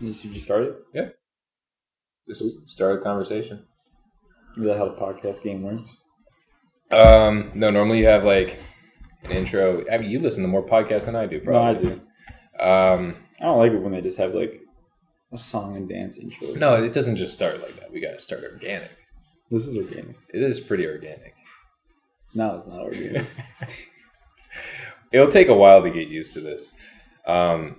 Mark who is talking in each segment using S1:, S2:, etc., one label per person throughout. S1: You should just start it.
S2: Just start a conversation.
S1: Is that how the podcast game works?
S2: Um, no, normally you have like an intro. I mean, you listen to more podcasts than I do,
S1: No, I
S2: probably.
S1: do.
S2: Um,
S1: I don't like it when they just have like a song and dance intro.
S2: no, it doesn't just start like that. We got to start organic.
S1: This is organic.
S2: It is pretty organic.
S1: No, it's not organic.
S2: It'll take a while to get used to this. Um,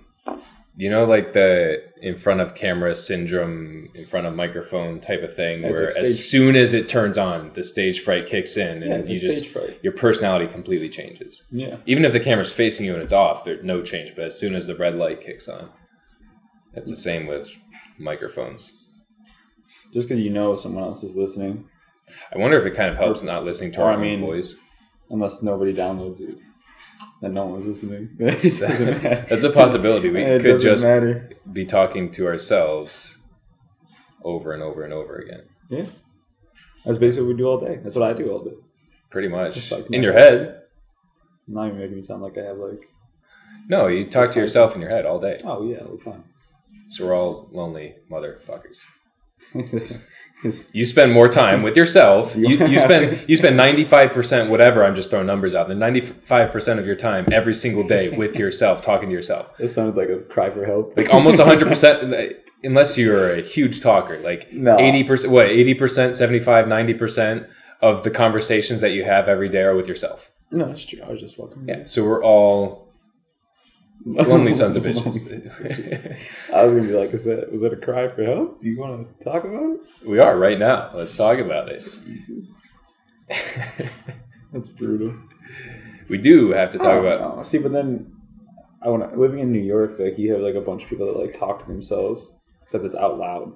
S2: you know, like the in front of camera syndrome, in front of microphone type of thing,
S1: That's
S2: where
S1: like
S2: as
S1: stage-
S2: soon as it turns on, the stage fright kicks in, and
S1: yeah, it's
S2: you
S1: like
S2: just
S1: stage fright.
S2: your personality completely changes.
S1: Yeah.
S2: even if the camera's facing you and it's off, there's no change. But as soon as the red light kicks on, that's the same with microphones.
S1: Just because you know someone else is listening,
S2: I wonder if it kind of helps not listening to
S1: Or,
S2: our
S1: I mean-
S2: own voice.
S1: unless nobody downloads it, then no one's listening. it doesn't matter.
S2: that's a possibility. We
S1: it
S2: could
S1: doesn't
S2: just
S1: matter.
S2: be talking to ourselves over and over and over again,
S1: Yeah. That's basically what we do all day. That's what I do all day.
S2: pretty much
S1: Just like
S2: in your
S1: myself.
S2: head.
S1: Not even making me sound like I have like,
S2: No, you talk to yourself in your head all day.
S1: oh yeah, all the time.
S2: So we're all lonely motherfuckers.
S1: It's-
S2: You spend more time with yourself. You, you spend you spend ninety five percent whatever. I'm just throwing numbers out. The ninety five percent of your time every single day with yourself, talking to yourself,
S1: it sounded like a cry for help.
S2: like almost hundred percent. Unless you're a huge talker, like
S1: No.
S2: eighty percent, what eighty percent, 75 90 percent of the conversations that you have every day are with yourself.
S1: No, that's true. I was just fucking.
S2: Yeah. So we're all lonely sons of bitches.
S1: I was gonna be like, is that was that a cry for help? Do you want to talk about it?
S2: we are right now. Let's talk about it.
S1: Jesus, that's brutal.
S2: we do have to talk
S1: I don't
S2: about.
S1: know. see, but then I want to living in New York. Like you have like a bunch of people that like talk to themselves, except it's out loud.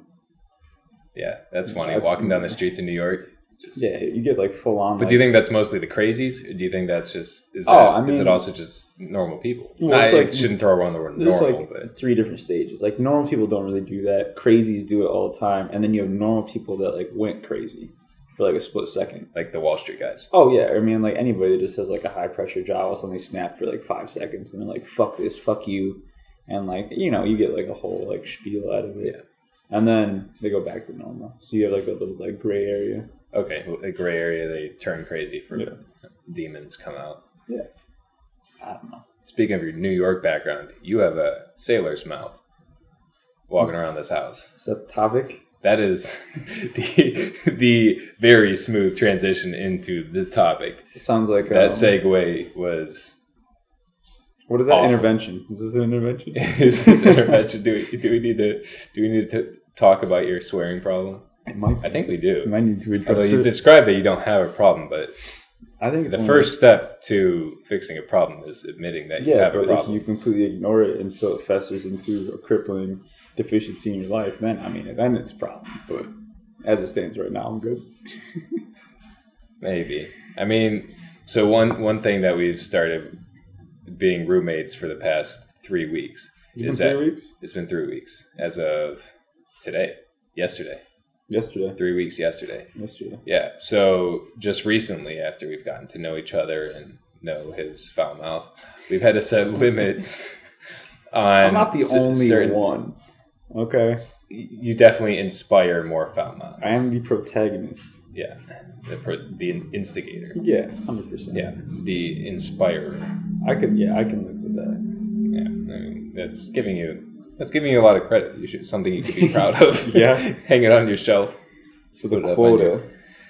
S2: Yeah, that's funny.
S1: That's-
S2: Walking down the streets in New York. Just,
S1: Yeah, you get like full on.
S2: But do you think that's mostly the crazies? Or do you think that's just is,
S1: Oh,
S2: that,
S1: I
S2: is it
S1: mean-
S2: also just normal people?
S1: Well, it's
S2: I
S1: like-
S2: shouldn't throw around the word
S1: there's
S2: normal,
S1: like
S2: but
S1: three different stages? Like normal people don't really do that. Crazies do it all the time, and then you have normal people that like went crazy for like a split second.
S2: like the Wall Street guys.
S1: Oh yeah, I mean like anybody that just has like a high pressure job will suddenly snap for like five seconds and they're like, "Fuck this, fuck you," and like you know you get like a whole like spiel out of it, and then they go back to normal. So you have like a little like gray area.
S2: Okay, a gray area. They turn crazy for
S1: Yeah.
S2: demons come out.
S1: I don't know.
S2: Speaking of your New York background, you have a sailor's mouth walking around this house.
S1: Is that the topic?
S2: That is the the very smooth transition into the topic.
S1: It sounds like
S2: That
S1: um,
S2: segue was
S1: what is that
S2: awful.
S1: intervention? Is this an intervention?
S2: is this intervention? Do we do we need to do we need to talk about your swearing problem?
S1: It might.
S2: I think we
S1: We
S2: do.
S1: might need to
S2: Although
S1: address
S2: you
S1: it.
S2: described that you don't have a problem, but
S1: I think it's
S2: the
S1: one of
S2: first step to fixing a problem is admitting that you
S1: Yeah,
S2: have a
S1: but if
S2: problem.
S1: you completely ignore it until it festers into a crippling deficiency in your life, then I mean, then it's a problem. But as it stands right now, I'm good.
S2: Maybe. I mean, so one one thing that we've started being roommates for the past three weeks
S1: It's
S2: is
S1: been
S2: that
S1: three weeks?
S2: it's been three weeks as of today, yesterday,
S1: Yesterday.
S2: three weeks yesterday.
S1: Yesterday.
S2: Yeah. So just recently, after we've gotten to know each other and know his foul mouth, we've had to set limits on.
S1: I'm not the
S2: cer-
S1: only
S2: certain-
S1: one. Okay.
S2: You definitely inspire more foul mouths.
S1: I am the protagonist.
S2: Yeah. The, pro- the in- instigator.
S1: Yeah, 100%.
S2: Yeah. The inspirer.
S1: I could, yeah, I can live with that.
S2: Yeah. I mean, that's giving you. That's giving you a lot of credit. You should something you could be proud of.
S1: Yeah.
S2: Hang it on your shelf.
S1: So
S2: Put it
S1: the
S2: up on
S1: quota.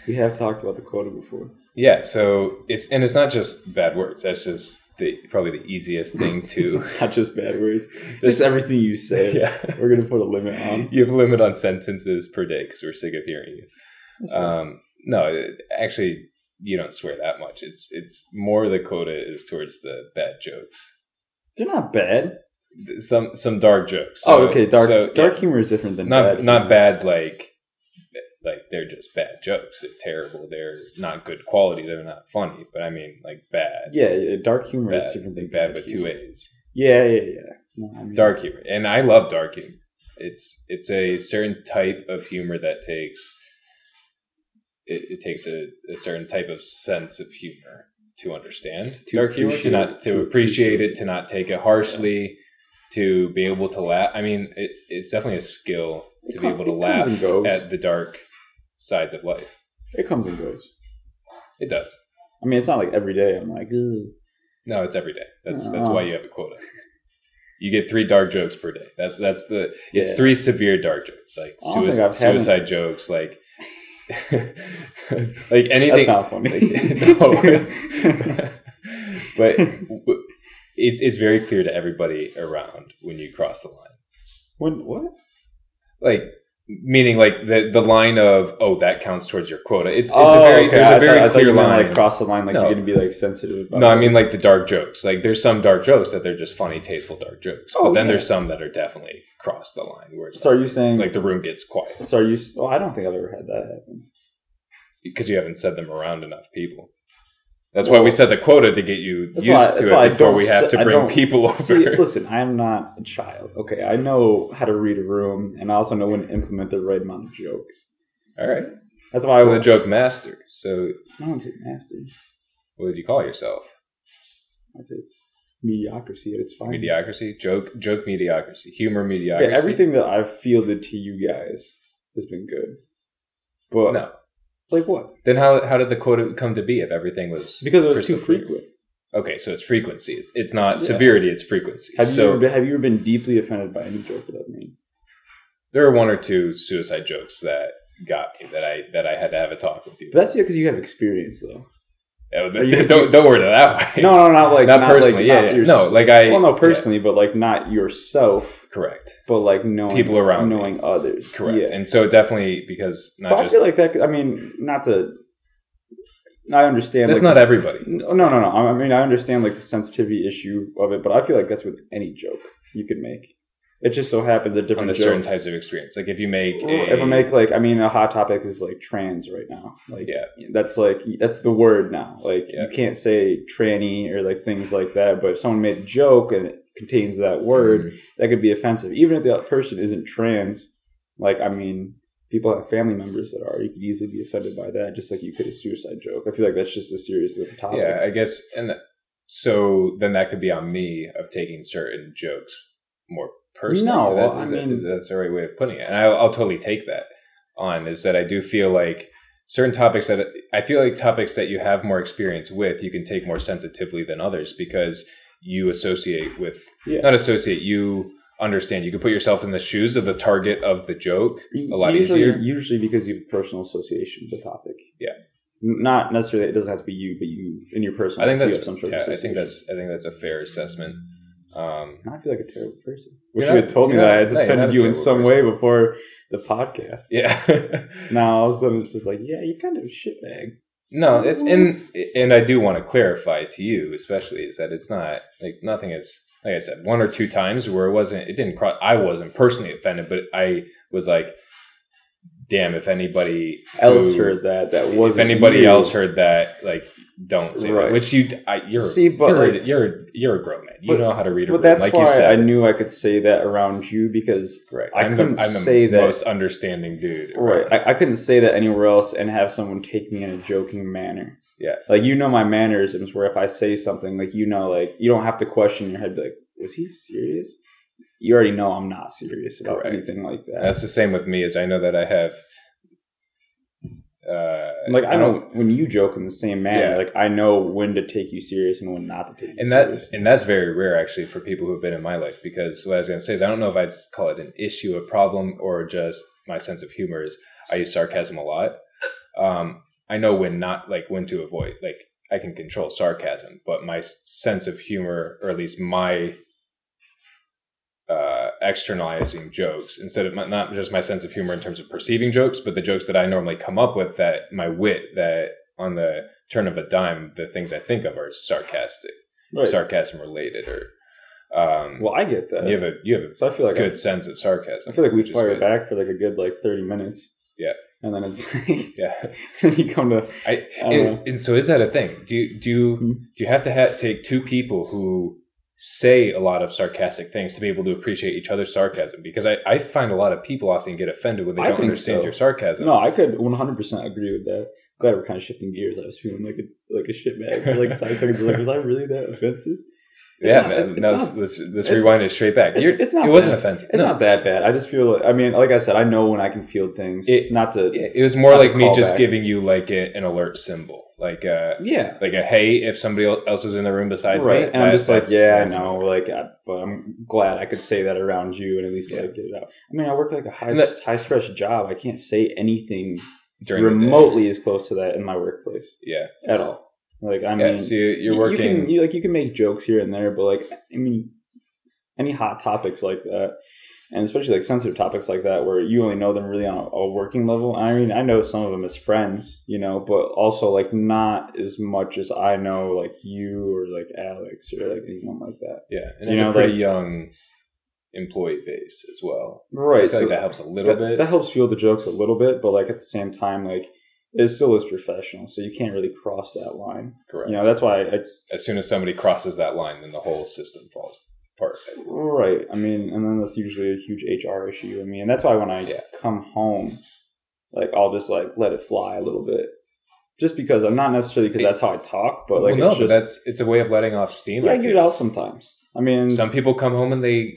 S1: We have talked about the quota before.
S2: Yeah. So it's and it's not just bad words. That's just the probably the easiest thing to.
S1: It's not just bad words, just everything you say.
S2: yeah.
S1: We're going to put a limit on.
S2: you have a limit on sentences per day because we're sick of hearing you.
S1: That's right.
S2: Um, no, it- actually, you don't swear that much. It's it's more the quota is towards the bad jokes,
S1: They're not bad.
S2: Th- some some dark jokes.
S1: oh, okay. Dark,
S2: so, yeah,
S1: dark humor is different than
S2: not
S1: bad
S2: not
S1: humor.
S2: bad like like they're just bad jokes. They're terrible. They're not good quality. They're not funny. But I mean, like bad,
S1: Yeah, yeah, dark humor
S2: bad,
S1: is different than
S2: bad with two
S1: humor.
S2: A's.
S1: Yeah, yeah, yeah. No, I mean,
S2: dark humor and i love dark humor it's it's a certain type of humor that takes it, it takes a, a certain type of sense of humor to understand
S1: To
S2: dark humor to
S1: appreciate
S2: not
S1: it,
S2: to,
S1: to
S2: appreciate
S1: appreciate
S2: it to not take it harshly to be able to laugh. I mean, it, it's definitely a skill
S1: It
S2: to
S1: com-
S2: be able to
S1: it comes and
S2: laugh
S1: goes.
S2: at the dark sides of life.
S1: It comes and goes.
S2: It does.
S1: I mean, it's not like every day I'm like, Ugh.
S2: No, it's every day. That's that's why
S1: Oh.
S2: you have a quota. You get three dark jokes per day. That's that's the it's
S1: Yeah.
S2: three severe dark jokes like
S1: I don't think
S2: suicide,
S1: I've had
S2: suicide jokes like like anything.
S1: that's not funny.
S2: no. but w- it's it's very clear to everybody around when you cross the line.
S1: when, what?
S2: Like meaning like the the line of oh that counts towards your quota. It's it's
S1: Oh,
S2: a very
S1: okay.
S2: there's
S1: I
S2: a
S1: thought-
S2: very
S1: I thought
S2: clear
S1: you meant,
S2: line.
S1: Like cross the line, like
S2: No.
S1: you're gonna be like sensitive. About
S2: no, I
S1: it.
S2: mean like the dark jokes. Like there's some dark jokes that they're just funny, tasteful dark jokes.
S1: Oh,
S2: but then
S1: yeah.
S2: there's some that are definitely cross the line where it's
S1: So are you saying?
S2: like the room gets quiet
S1: so are you? s- Oh, I don't think I've ever had that happen.
S2: because you haven't said them around enough people. That's why we set the quota to get you
S1: That's
S2: used
S1: why- that's
S2: to
S1: why I
S2: it before
S1: don't
S2: we have
S1: s-
S2: to
S1: I
S2: bring
S1: don't-
S2: people over.
S1: See, listen, I am not a child. Okay, I know how to read a room, and I also know when to implement the right amount of jokes.
S2: All right.
S1: That's why I
S2: I'm a
S1: would.
S2: joke master. So
S1: No one's nasty.
S2: what would you call yourself?
S1: That's it. Mediocrity at its finest.
S2: Mediocrity, joke, joke mediocrity, humor mediocrity.
S1: Okay, everything that I've fielded to you guys has been good, but
S2: No.
S1: like what?
S2: Then how how did the quota come to be if everything was
S1: Because it was too
S2: crystal clear?
S1: frequent.
S2: Okay, so it's frequency. It's, it's not
S1: Yeah.
S2: severity. It's frequency.
S1: Have
S2: so
S1: you ever been, have you ever been deeply offended by any joke that I've made?
S2: there are one or two suicide jokes that got me that I that I had to have a talk with you.
S1: But that's because you have experience, though.
S2: Uh,
S1: Are you-
S2: don't don't word it that way.
S1: No, no, not like
S2: not,
S1: not
S2: personally.
S1: Like,
S2: yeah,
S1: not
S2: yeah.
S1: your-
S2: no, like I.
S1: well, no,
S2: yeah,
S1: personally, but like not yourself,
S2: correct,
S1: but like knowing
S2: People around me.
S1: knowing others.
S2: correct,
S1: Yeah.
S2: and so definitely because
S1: But
S2: not
S1: I
S2: just
S1: feel like that. could- I mean, not to. I understand.
S2: that's
S1: like,
S2: not everybody.
S1: No, no, no. I mean, I understand like the sensitivity issue of it, but I feel like that's with any joke you could make. It just so happens a
S2: on
S1: different
S2: the
S1: joke.
S2: certain eh. types of experience. Like if you make a,
S1: if I make like, I mean, a hot topic is like trans right now. Like,
S2: Yeah.
S1: that's like that's the word now. Like,
S2: Yeah.
S1: you can't say tranny or like things like that. But if someone made a joke and it contains that word,
S2: Mm-hmm.
S1: that could be offensive, even if the person isn't trans. Like, I mean, people have family members that are. You could easily be offended by that, just like you could a suicide joke. I feel like that's just as serious of a topic.
S2: yeah, I guess, and so then that could be on me of taking certain jokes more personally.
S1: No,
S2: That- is
S1: I
S2: that-
S1: mean-
S2: is- that's the right way of putting it, and I'll, I'll totally take that on. Is that I do feel like certain topics that I feel like topics that you have more experience with, you can take more sensitively than others because you associate with
S1: Yeah.
S2: not associate you understand you can put yourself in the shoes of the target of the joke
S1: U-
S2: a lot
S1: usually,
S2: easier.
S1: Usually because you have personal association with the topic.
S2: Yeah.
S1: N- Not necessarily. It doesn't have to be you, but you in your personal.
S2: I think
S1: you
S2: that's
S1: have some sort of
S2: yeah, I
S1: association.
S2: think that's I think that's a fair assessment. Um,
S1: I feel like a terrible person.
S2: You're
S1: Wish
S2: not-
S1: you had told me
S2: you're
S1: that
S2: not-
S1: I had
S2: no, you're not
S1: defended
S2: a
S1: you in
S2: terrible
S1: some
S2: person.
S1: way before the podcast.
S2: yeah.
S1: Now all of a sudden it's just like, yeah, you're kind of a shitbag.
S2: no, it's and and I do want to clarify to you especially is that it's not like nothing is like I said one or two times where it wasn't it didn't cross I wasn't personally offended but I was like damn if anybody
S1: Else
S2: who-
S1: heard that. That was
S2: if anybody else heard that like don't say
S1: Right.
S2: that which you I, you're
S1: See, but
S2: you're,
S1: like-
S2: you're you're a grown man you
S1: But-
S2: know how to read a
S1: But
S2: room
S1: that's
S2: like
S1: why
S2: you said
S1: I knew I could say that around you because
S2: Correct.
S1: I
S2: I'm
S1: couldn't
S2: the, I'm the
S1: say that-
S2: most understanding dude.
S1: Right. I, I couldn't say that anywhere else and have someone take me in a joking manner.
S2: Yeah.
S1: Like you know my mannerisms where if I say something, like you know, like you don't have to question in your head be like, was he serious? You already know I'm not serious about
S2: Correct.
S1: anything like that.
S2: That's the same with me. Is I know that I have. Uh,
S1: like I
S2: and
S1: know when you joke in the same manner,
S2: Yeah.
S1: like I know when to take you serious and when not to take you
S2: and
S1: serious.
S2: that and that's very rare actually for people who have been in my life because what I was going to say is I don't know if I'd call it an issue, a problem, or just my sense of humor is I use sarcasm a lot. Um, I know when not like when to avoid like I can control sarcasm, but my s- sense of humor, or at least my uh, externalizing jokes instead of my, not just my sense of humor in terms of perceiving jokes, but the jokes that I normally come up with that my wit that on the turn of a dime, the things I think of are sarcastic
S1: Right.
S2: sarcasm related or um
S1: Well, I get that.
S2: you have a you have
S1: so I feel
S2: a
S1: like I-
S2: good sense of sarcasm
S1: I, feel like we
S2: which is
S1: fire
S2: good.
S1: back for like a good like thirty minutes.
S2: Yeah.
S1: And then it's like
S2: yeah
S1: you come to
S2: i
S1: I don't know.
S2: and, and so is that a thing do you do you,
S1: Hmm.
S2: do you have to ha- take two people who say a lot of sarcastic things to be able to appreciate each other's sarcasm because i i find a lot of people often get offended when they
S1: I
S2: don't
S1: think
S2: understand
S1: so.
S2: your sarcasm
S1: No, I could 100% agree with that. Glad we're kind of shifting gears. I was feeling like a like a shitbag for like five seconds. Like, was I really that offensive?
S2: yeah,
S1: not-
S2: man.
S1: it's
S2: No,
S1: not-
S2: let's, let's, let's
S1: it's-
S2: rewind it straight back.
S1: it's-
S2: You're-
S1: it's not
S2: it wasn't
S1: bad.
S2: offensive.
S1: It's
S2: No.
S1: not that bad. I just feel. I mean, like I said, I know when I can feel things.
S2: It-
S1: not to.
S2: It it was more
S1: Not a
S2: like me just
S1: callback.
S2: giving you like a, an alert symbol, like uh, a
S1: yeah.
S2: like a hey, if somebody el- else was in the room besides
S1: right.
S2: me,
S1: and I'm
S2: that-
S1: just like,
S2: that's-
S1: yeah, I
S2: that's-
S1: know. Like, I, but I'm glad I could say that around you and at least
S2: Yeah.
S1: like get it out. I mean, I work like a high
S2: And that-
S1: high stress job. I can't say anything
S2: during the day.
S1: remotely as close to that in my workplace
S2: Yeah,
S1: at all. Like, I
S2: yeah.
S1: mean,
S2: so you, you're
S1: you-
S2: working.
S1: You can, you, like you can make jokes here and there, but like I mean, any hot topics like that, and especially like sensitive topics like that, where you only know them really on a, a working level. I mean, I know some of them as friends, you know, but also like not as much as I know like you or like Alex or like anyone like that.
S2: yeah, and
S1: you
S2: it's
S1: know,
S2: a pretty young employee base as well. I
S1: Right.
S2: feel
S1: So
S2: like that helps a little
S1: that,
S2: bit.
S1: that helps fuel the jokes a little bit, but like at the same time, like. It still is professional, so you can't really cross that line.
S2: Correct.
S1: You know, that's why I
S2: as soon as somebody crosses that line, then the whole system falls apart.
S1: Right. I mean, and then that's usually a huge HR issue. I mean, and that's why when I
S2: Yeah.
S1: come home, like I'll just like let it fly a little bit, just because I'm not necessarily because that's how I talk, but
S2: But
S1: like
S2: well, no,
S1: it's
S2: but
S1: just
S2: that's it's a way of letting off steam.
S1: yeah,
S2: I
S1: I get it
S2: feel.
S1: out sometimes. I mean,
S2: Some people come home and they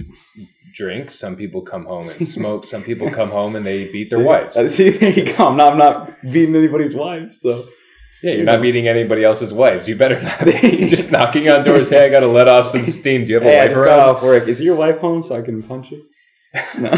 S2: drink. Some people come home and smoke. Some people come home and they beat their
S1: see,
S2: wives.
S1: uh, See, there you go. I'm not, I'm not beating anybody's wives, so
S2: Yeah, you're
S1: you
S2: not
S1: know.
S2: beating anybody else's wives. You better not. You're just knocking on doors. Hey, I got to let off some steam. Do you have a
S1: hey, I
S2: wife
S1: just got
S2: around?
S1: off work. Is your wife home so I can punch you? No.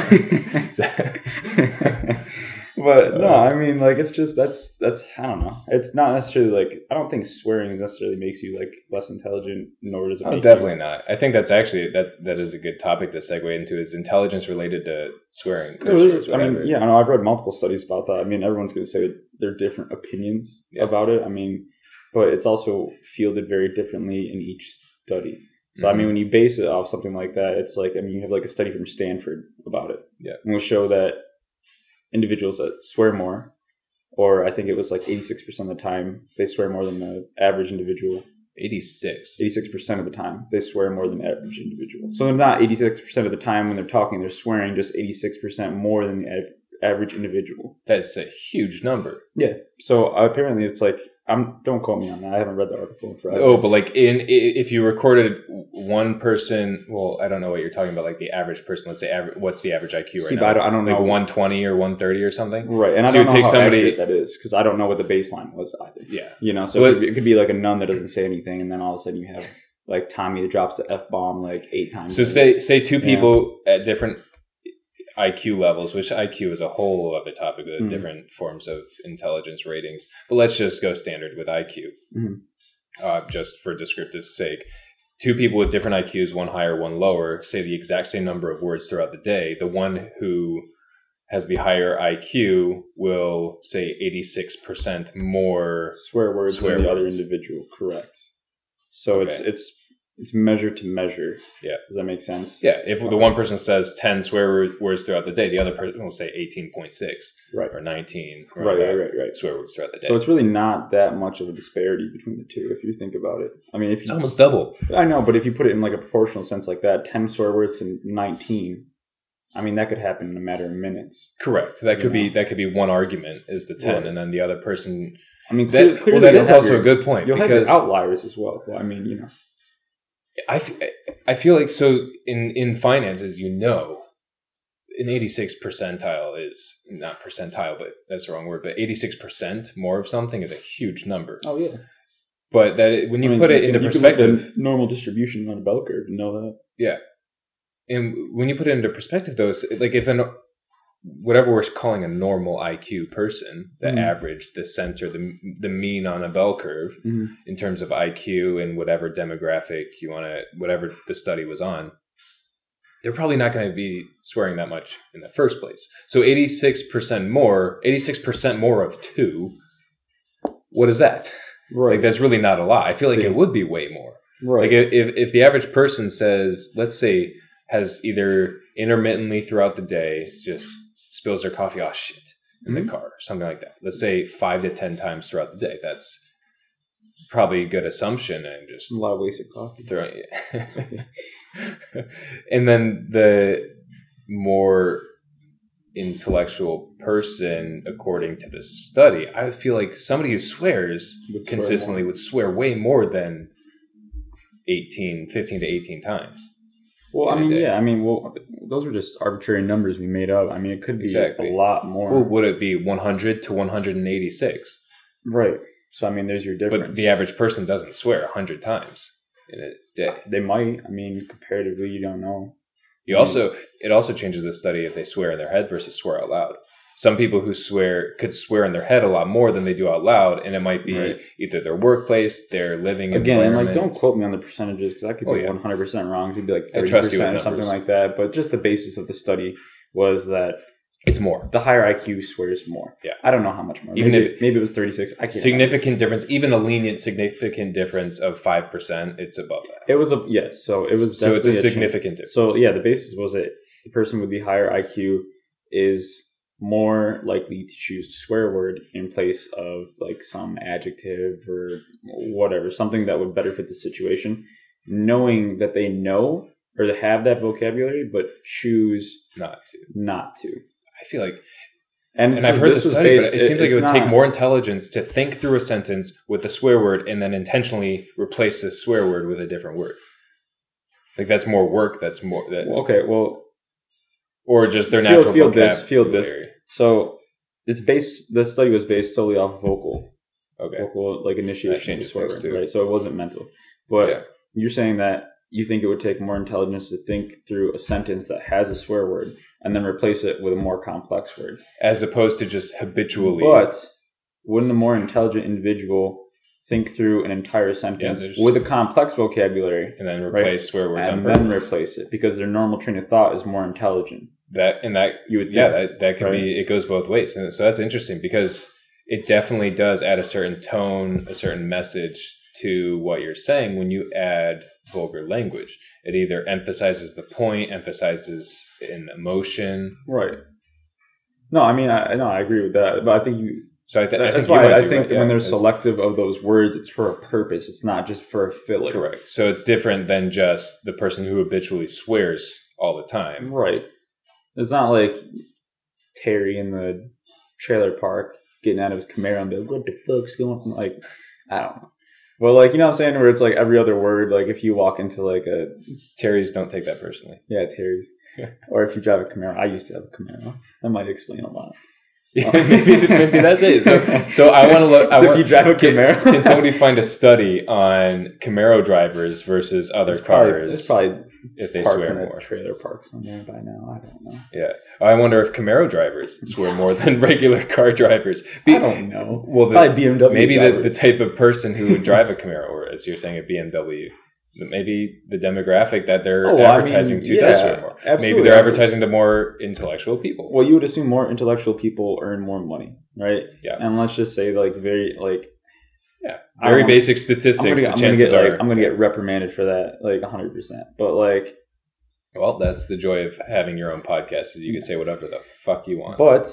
S1: but no, I mean, like it's just that's that's I don't know. It's not necessarily like I don't think swearing necessarily makes you like less intelligent, nor does it.
S2: Oh,
S1: make
S2: definitely not. I think that's actually that that is a good topic to segue into is intelligence related to swearing.
S1: You, No,
S2: curse
S1: there's-
S2: words,
S1: I
S2: whatever.
S1: mean, yeah, no, I've read multiple studies about that. I mean, everyone's going to say their different opinions
S2: Yeah.
S1: about it. I mean, but it's also fielded very differently in each study. So
S2: Mm-hmm.
S1: I mean, when you base it off something like that, it's like I mean, you have like a study from Stanford about it.
S2: Yeah.
S1: and will show that individuals that swear more, or I think it was like eighty six percent of the time they swear more than the average individual.
S2: eighty six.
S1: Eighty six percent of the time they swear more than the average individual. So they're not eighty six percent of the time when they're talking they're swearing just eighty six percent more than the av- average individual.
S2: That's a huge number.
S1: So apparently, it's like I'm. Don't quote me on that. I haven't read the article in forever.
S2: Oh, but like in i- if you recorded one person, well, I don't know what you're talking about. Like the average person, let's say, aver- what's the average IQ right
S1: See, but
S2: now?
S1: I don't, I don't
S2: like
S1: know.
S2: one twenty or one thirty or something.
S1: Right, and I don't
S2: So you
S1: know
S2: take
S1: how
S2: somebody-
S1: accurate that is because I don't know what the baseline was either.
S2: Yeah,
S1: You know, so
S2: Well,
S1: it, could be, it could be like a nun that doesn't say anything, and then all of a sudden you have like Tommy that drops the f bomb like eight times.
S2: So
S1: in a
S2: say say two
S1: Yeah.
S2: people at different IQ levels, which IQ is a whole other topic of
S1: Mhm.
S2: different forms of intelligence ratings. But let's just go standard with IQ,
S1: Mhm.
S2: uh, just for descriptive sake. Two people with different IQs, one higher, one lower, say the exact same number of words throughout the day. The one who has the higher IQ will say 86% more.
S1: swear words
S2: Swear
S1: than the other
S2: words.
S1: individual. Correct. So it's
S2: Okay.
S1: it's it's measure to measure.
S2: Yeah.
S1: does that make sense?
S2: Yeah, if the one person says 10 swear words throughout the day, the other person will say 18.6.
S1: Right.
S2: or 19 or
S1: Right. Right.
S2: whatever
S1: Right. Right.
S2: swear words throughout the day.
S1: So it's really not that much of a disparity between the two if you think about it. I mean, if
S2: It's
S1: you,
S2: almost double.
S1: I know, but if you put it in like a proportional sense like that, ten swear words to nineteen. I mean, that could happen in a matter of minutes.
S2: Correct. That could
S1: You
S2: be that could be one argument is the 10
S1: Right.
S2: and then the other person
S1: I mean,
S2: that
S1: cle- clearly
S2: well that
S1: you'll
S2: is
S1: have
S2: also
S1: your-
S2: a good point
S1: You'll have
S2: because
S1: your outliers as well. Well, I mean, you know,
S2: I, f- I feel like so in in finances you know an 86 percentile is not percentile but that's the wrong word but 86% more of something is a huge number.
S1: Oh yeah.
S2: But that it, when you put it into
S1: You
S2: perspective
S1: can look at normal distribution on a bell curve and know that.
S2: and when you put it into perspective though it's like if an whatever we're calling a normal iq person the
S1: Mhm.
S2: average the center the, the mean on a bell curve
S1: Mhm.
S2: in terms of iq and whatever demographic you want to whatever the study was on they're probably not going to be swearing that much in the first place so 86% more 86% more of two what is that
S1: Right.
S2: like that's really not a lot i feel like
S1: See.
S2: it would be way more
S1: right.
S2: like if if- if the average person says, let's say, has either intermittently throughout the day just spills their coffee, oh shit, in
S1: Mhm.
S2: the car, something like that. Let's say five to ten times throughout the day. That's probably a good assumption, and just
S1: a lot of wasted coffee.
S2: throwing it. and then the more intellectual person, according to this study, I feel like somebody who swears
S1: Would swear
S2: consistently would swear way more than 18, 15 to 18 times.
S1: Well, I
S2: in a
S1: mean,
S2: day.
S1: yeah, I mean, well, those are just arbitrary numbers we made up. I mean, it could be
S2: Exactly.
S1: a lot more,
S2: Well, would it be 100 to 186?
S1: right? So, I mean, there's your difference.
S2: But the average person doesn't swear 100 times in a day.
S1: they might. I mean, comparatively, you don't know.
S2: You
S1: Mhm.
S2: also it also changes the study if they swear in their head versus swear out loud. Some people who swear could swear in their head a lot more than they do out loud, and it might be
S1: Right.
S2: either their workplace, their living
S1: Again, and like, don't
S2: environment.
S1: quote me on the percentages because I could
S2: Oh,
S1: be
S2: yeah.
S1: one hundred percent wrong. It could be like
S2: I
S1: thirty
S2: trust you
S1: percent or
S2: with
S1: something
S2: numbers.
S1: like that. But just the basis of the study was that
S2: It's more
S1: the higher IQ swears more.
S2: Yeah.
S1: I don't know how much more.
S2: Even
S1: maybe,
S2: if-
S1: maybe it was thirty six. I can't.
S2: significant difference, even a lenient significant difference of five percent. It's above that,
S1: It was a yes. So it was.
S2: so it's a
S1: definitely change.
S2: significant difference.
S1: So yeah, the basis was that the person with the higher IQ is more likely to choose a swear word in place of like some adjective or whatever, something that would better fit the situation, knowing that they know or they have that vocabulary, but choose
S2: not to.
S1: not to.
S2: I feel like,
S1: And,
S2: and
S1: so
S2: I've heard this,
S1: was
S2: study,
S1: based-
S2: but it, seems like
S1: it's
S2: it would take
S1: not-
S2: more intelligence to think through a sentence with a swear word and then intentionally replace the swear word with a different word. Like that's more work. That's more that
S1: Well, Okay, well,
S2: or just their
S1: Feel-
S2: natural
S1: feel this, feel this.
S2: vocabulary.
S1: so it's based. This study was based solely off vocal
S2: Okay.
S1: vocal like
S2: That
S1: initiation of the
S2: changes
S1: swear
S2: things,
S1: word,
S2: too.
S1: right? So it wasn't mental. But
S2: Yeah.
S1: you're saying that you think it would take more intelligence to think through a sentence that has a swear word and then replace it with a more complex word.
S2: As opposed to just habitually.
S1: But wouldn't a more intelligent individual think through an entire sentence
S2: there's-
S1: with a complex vocabulary
S2: and then replace
S1: Right.
S2: swear words on
S1: and
S2: purpose.
S1: then replace it because their normal train of thought is more intelligent?
S2: that and that
S1: You would think,
S2: yeah, that, that could
S1: right?
S2: be it goes both ways. And so that's interesting because it definitely does add a certain tone, a certain message to what you're saying when you add vulgar language. It either emphasizes the point, emphasizes an emotion.
S1: right. No, I mean, I no, I agree with that, but I think you
S2: So I, th- I
S1: that's
S2: think you
S1: why
S2: might
S1: I
S2: be
S1: think
S2: right,
S1: that
S2: yeah,
S1: when they're
S2: that's
S1: selective of those words, it's for a purpose. It's not just for a filler.
S2: correct. So it's different than just the person who habitually swears all the time.
S1: Right. It's not like Terry in the trailer park getting out of his Camaro and be like, what the fuck's going on? Like, I don't know. Well, like, you know what I'm saying? Where it's like every other word, like if you walk into like a,
S2: Terry's don't take that personally.
S1: yeah, Terry's. or if you drive a Camaro, I used to have a Camaro. That might explain a lot. Uh,
S2: Yeah, maybe, maybe that's it. So, so I want to look. I
S1: So
S2: want,
S1: if you drive a
S2: can-
S1: Camaro,
S2: Can somebody find a study on Camaro drivers versus other
S1: it's probably,
S2: cars
S1: it's probably
S2: if they
S1: parked
S2: swear
S1: in a
S2: more?
S1: trailer park somewhere by now. I don't know.
S2: I wonder if Camaro drivers swear more than regular car drivers. Be-
S1: I don't know.
S2: well, the-
S1: probably BMW.
S2: maybe the,
S1: drivers.
S2: the type of person who would drive a Camaro, or as you're saying, a BMW. Maybe the demographic that they're
S1: Oh, well, I
S2: advertising
S1: mean,
S2: to does
S1: yeah,
S2: swear more.
S1: absolutely.
S2: Maybe they're advertising to more intellectual people.
S1: well you would assume more intellectual people earn more money right
S2: Yeah.
S1: and let's just say like very like
S2: Yeah.
S1: I
S2: Very
S1: don't-
S2: basic
S1: I'm gonna,
S2: statistics.
S1: I'm
S2: the
S1: gonna
S2: chances
S1: get like
S2: are
S1: i'm gonna get reprimanded for that like 100% but like
S2: Well, that's the joy of having your own podcast is you can say whatever the fuck you want.
S1: but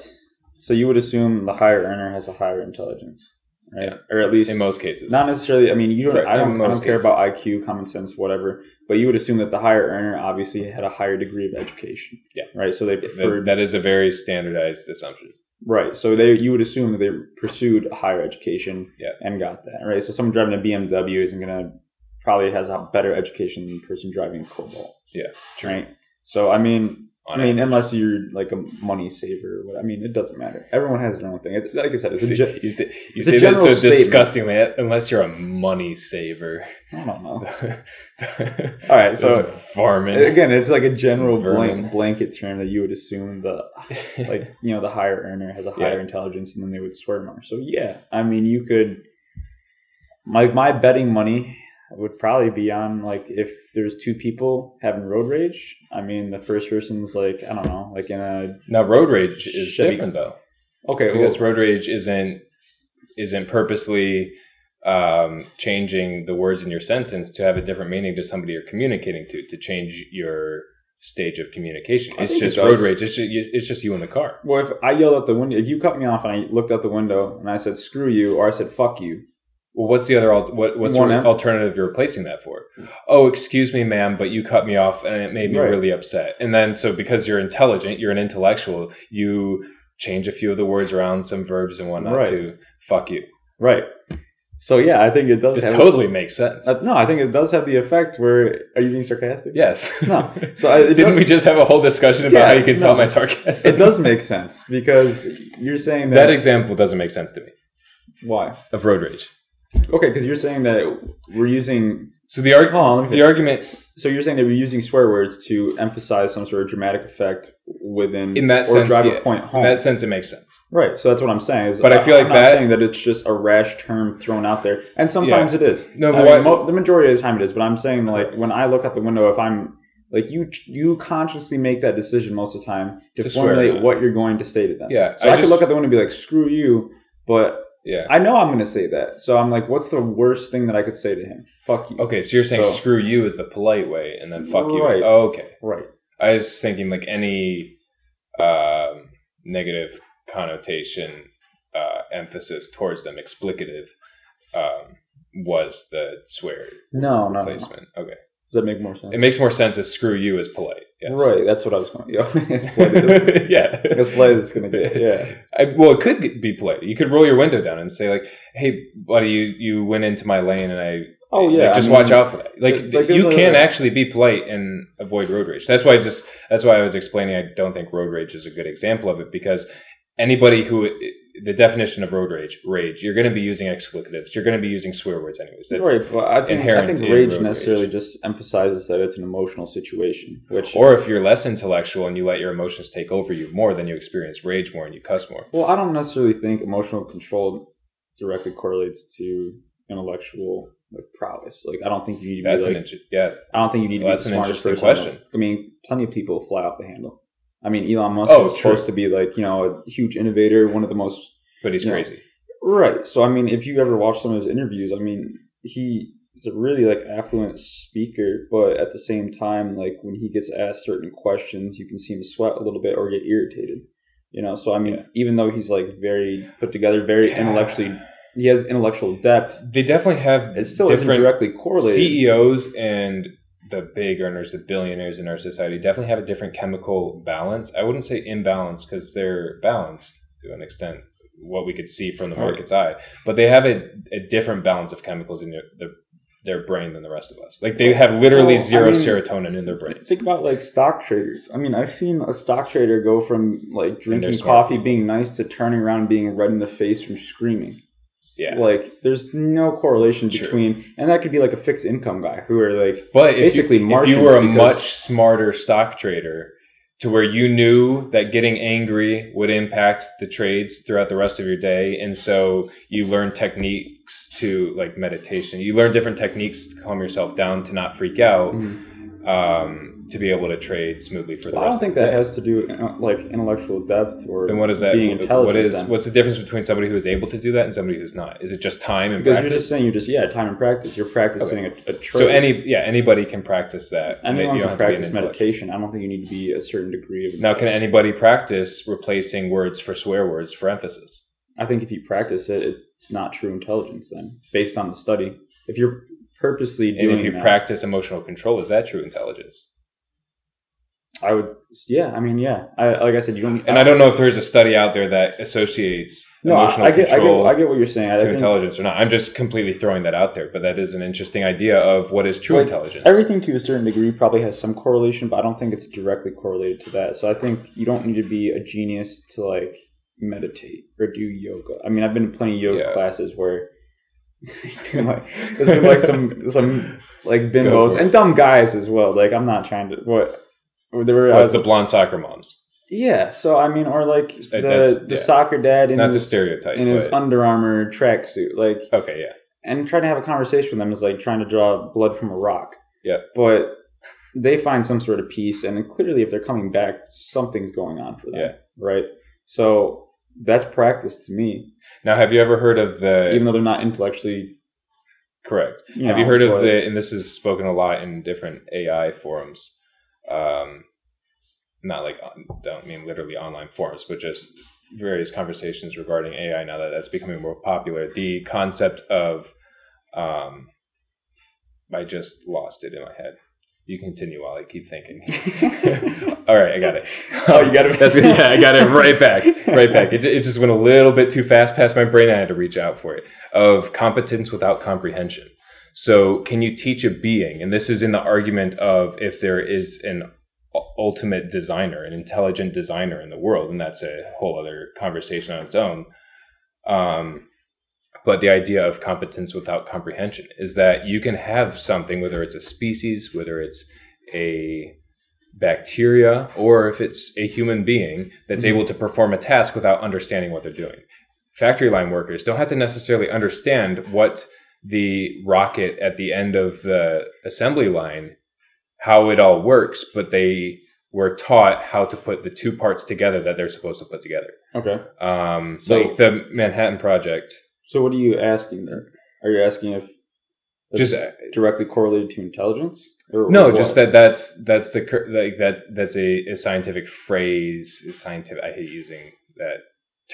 S1: so you would assume the higher earner has a higher intelligence right or at least
S2: in most cases.
S1: not necessarily i mean you don't
S2: Right,
S1: i
S2: in
S1: don't, I don't
S2: most
S1: care about iq common sense whatever but you would assume that the higher earner obviously had a higher degree of education
S2: Yeah.
S1: right so they
S2: That-
S1: preferred
S2: that is a very standardized assumption.
S1: Right. So they you would assume that they pursued a higher education
S2: Yeah.
S1: and got that. Right. So someone driving a BMW isn't gonna probably has a better education than the person driving a cobalt.
S2: Yeah,
S1: Right. So I mean I
S2: On
S1: mean
S2: average.
S1: unless you're like a money saver or what I mean, it doesn't matter. Everyone has their own thing. It, like I said, it's a
S2: See,
S1: ge-
S2: you say, you
S1: it's a
S2: say that so
S1: general statement.
S2: disgustingly, unless you're a money saver.
S1: I don't know.
S2: All
S1: All right, so
S2: farming.
S1: again, it's like a general
S2: Vermin.
S1: blank, blanket term that you would assume the uh, like you know the higher earner has a higher intelligence and then they would swear more so yeah i mean you could my my betting money would probably be on like if there's two people having road rage i mean the first person's like i don't know like in a
S2: now road rage is
S1: Chevy.
S2: different though,
S1: okay well,
S2: because road rage isn't isn't purposely um, changing the words in your sentence to have a different meaning to somebody you're communicating to to change your stage of communication.
S1: I
S2: It's
S1: think it
S2: just road
S1: does.
S2: rage. It's just, it's just you in the car.
S1: well if i yelled out the window if you cut me off and i looked out the window and i said screw you or i said fuck you
S2: Well, what's the other al- what, what's the
S1: One out.
S2: alternative you're replacing that for? Oh, excuse me, ma'am, but you cut me off and it made me
S1: Right.
S2: really upset. And then so because you're intelligent, you're an intellectual, you change a few of the words around, some verbs and whatnot
S1: Right.
S2: to fuck you.
S1: right So yeah, I think it does.
S2: This
S1: have
S2: totally makes sense.
S1: uh, no, I think it does have the effect where are you being sarcastic?
S2: yes.
S1: No. So I, it
S2: Didn't
S1: does,
S2: we just have a whole discussion about
S1: Yeah,
S2: how you can tell
S1: no.
S2: my sarcasm?
S1: It does make sense because you're saying that.
S2: That example doesn't make sense to me
S1: why?
S2: of road rage.
S1: Okay, because you're saying that we're using.
S2: So the arg-
S1: Hold on, let me
S2: the argument
S1: So you're saying that we're using swear words to emphasize some sort of dramatic effect within
S2: In that
S1: or
S2: sense,
S1: drive
S2: yeah.
S1: a point
S2: in
S1: home.
S2: that sense it makes sense.
S1: right. So that's what I'm saying. Is
S2: But I feel like
S1: I'm not
S2: that-
S1: saying that it's just a rash term thrown out there, and sometimes it is.
S2: No,
S1: I
S2: but
S1: mean,
S2: why-
S1: mo- the majority of the time it is. But I'm saying like when I look out the window, if I'm like you, you consciously make that decision most of the time to,
S2: To swear or
S1: formulate
S2: not.
S1: what you're going to say to them.
S2: Yeah,
S1: So I,
S2: I just-
S1: could look at the window and be like, "Screw you," but
S2: Yeah.
S1: I know I'm going to say that. So I'm like, "What's the worst thing that I could say to him? Fuck you."
S2: Okay, so you're saying
S1: So-
S2: screw you is the polite way, and then fuck you.
S1: Right.
S2: Oh, okay.
S1: Right.
S2: I was thinking like any um, negative connotation uh, emphasis towards them, explicative, um, was the swear
S1: No, no. no. Does
S2: placement. Okay,
S1: that make more sense?
S2: it makes more sense if screw you is polite. Yes.
S1: Right, that's what I was going. Yo, it's polite as
S2: yeah.
S1: as polite as it's gonna get. Yeah,
S2: I, well, it could be polite. You could roll your window down and say like, "Hey, buddy, you you went into my lane, and I
S1: Oh, yeah,
S2: like, just
S1: I mean,
S2: watch out for that. Like,
S1: th- like,
S2: you
S1: there's a-
S2: can actually be polite and avoid road rage. That's why I just that's why I was explaining. I don't think road rage is a good example of it because anybody who the definition of road rage rage you're going to be using explicatives. You're going to be using swear words anyways. That's
S1: right. But I think I
S2: inherent
S1: think
S2: in
S1: rage
S2: road
S1: necessarily just emphasizes that it's an emotional situation, which
S2: Or if you're less intellectual and you let your emotions take over you more, then you experience rage more and you cuss more.
S1: well, I don't necessarily think emotional control directly correlates to intellectual like prowess. Like, I don't think you need to
S2: That's
S1: be
S2: an
S1: like,
S2: int- yeah.
S1: I don't think you need to
S2: well,
S1: be
S2: that's
S1: the
S2: an
S1: smartest person
S2: interesting
S1: on the-
S2: question.
S1: I mean, plenty of people fly off the handle. I mean, Elon Musk
S2: Oh,
S1: was
S2: true.
S1: supposed to be like you know a huge innovator, one of the most
S2: But he's
S1: Yeah.
S2: crazy.
S1: Right. So I mean, if you ever watch some of his interviews, I mean, he is a really like affluent speaker, but at the same time, like when he gets asked certain questions, you can see him sweat a little bit or get irritated. You know. So I mean, even though he's like very put together, very
S2: Yeah.
S1: intellectually, he has intellectual depth.
S2: They definitely have
S1: It still isn't
S2: different E
S1: directly correlated.
S2: CEOs and the big earners, the billionaires in our society, definitely have a different chemical balance. I wouldn't say imbalance because they're balanced to an extent, what we could see from the
S1: Right.
S2: market's eye. But they have a, a different balance of chemicals in their, their, their brain than the rest of us. Like they have literally
S1: Well, I
S2: zero
S1: mean,
S2: serotonin in their brains.
S1: Think about like stock traders. I mean, I've seen a stock trader go from like drinking
S2: smart.
S1: coffee, being nice, to turning around and being red in the face from screaming.
S2: Yeah.
S1: Like, there's no correlation
S2: True.
S1: between, and that could be like a fixed income guy who are like,
S2: But if
S1: Basically
S2: you, if you
S1: Martians
S2: were a
S1: because-
S2: much smarter stock trader to where you knew that getting angry would impact the trades throughout the rest of your day and so you learn techniques to like meditation you learn different techniques to calm yourself down to not freak out um, to be able to trade smoothly for Mm-hmm. the
S1: Mm-hmm. I
S2: rest
S1: don't think
S2: of the
S1: that
S2: day.
S1: has to do with uh, like intellectual depth or
S2: then what is that
S1: being intelligent.
S2: what is
S1: then.
S2: what's the difference between somebody who is able to do that and somebody who's not is it just time and
S1: because
S2: practice
S1: you're just saying you're just yeah time and practice. You're practicing a, a trade.
S2: so any yeah anybody can practice that and
S1: anyone can
S2: you don't have to be an
S1: practice
S2: intellectual.
S1: meditation. I don't think you need to be a certain degree of.
S2: Now, can anybody practice replacing words for swear words for emphasis?
S1: I think if you practice it, it's not true intelligence. Then based on the study, if you're purposely
S2: And
S1: doing
S2: if you
S1: that,
S2: practice emotional control, is that true intelligence?
S1: I would yeah. I mean yeah. I like I said you don't.
S2: And I don't know if there's a study out there that associates
S1: no, I-
S2: emotional
S1: I get, I get
S2: control
S1: I get what you're saying. I
S2: to
S1: think
S2: intelligence or not. I'm just completely throwing that out there, but that is an interesting idea of what is true
S1: Like,
S2: intelligence.
S1: Everything to a certain degree probably has some correlation, but I don't think it's directly correlated to that. So I think you don't need to be a genius to like meditate or do yoga. I mean, I've been to plenty of yoga
S2: Yeah.
S1: classes where it's been like, there's been like some some like
S2: Go for
S1: bimbos
S2: it.
S1: and dumb guys as well. Like I'm not trying to what there were. I
S2: was
S1: was-
S2: the blonde soccer moms.
S1: yeah, so I mean, or like the
S2: that's-
S1: the
S2: yeah.
S1: soccer dad in
S2: Not to
S1: his,
S2: stereotype,
S1: in his
S2: but
S1: Under Armour tracksuit, like
S2: okay, yeah.
S1: and trying to have a conversation with them is like trying to draw blood from a rock.
S2: Yeah.
S1: But they find some sort of peace, and clearly, if they're coming back, something's going on for them.
S2: Yeah.
S1: Right. So that's practice to me,
S2: Now, have you ever heard of the
S1: even though they're not intellectually.
S2: correct?
S1: You
S2: Have you
S1: know,
S2: heard of
S1: but-
S2: the? And this is spoken a lot in different AI forums. Um, not like on- don't mean literally online forums, but just various conversations regarding AI. Now that that's becoming more popular, the concept of um, I just lost it in my head. You can continue while I keep thinking. All right, I got it.
S1: Oh, you got it.
S2: That's, yeah, I got it right back, right back. It, it just went a little bit too fast past my brain. I had to reach out for it. Of competence without comprehension. So, can you teach a being? And this is in the argument of if there is an ultimate designer, an intelligent designer in the world, and that's a whole other conversation on its own. Um, but the idea of competence without comprehension is that you can have something, whether it's a species, whether it's a bacteria, or if it's a human being that's able to perform a task without understanding what they're doing. Factory line workers don't have to necessarily understand what the rocket at the end of the assembly line how it all works, but they were taught how to put the two parts together that they're supposed to put together.
S1: Okay.
S2: Um,
S1: So-
S2: like the Manhattan Project,
S1: So what are you asking there? Are you asking if
S2: just
S1: directly correlated to intelligence? Or
S2: no,
S1: what?
S2: just that that's that's the cur- like that that's a, a scientific phrase. a Scientific. I hate using that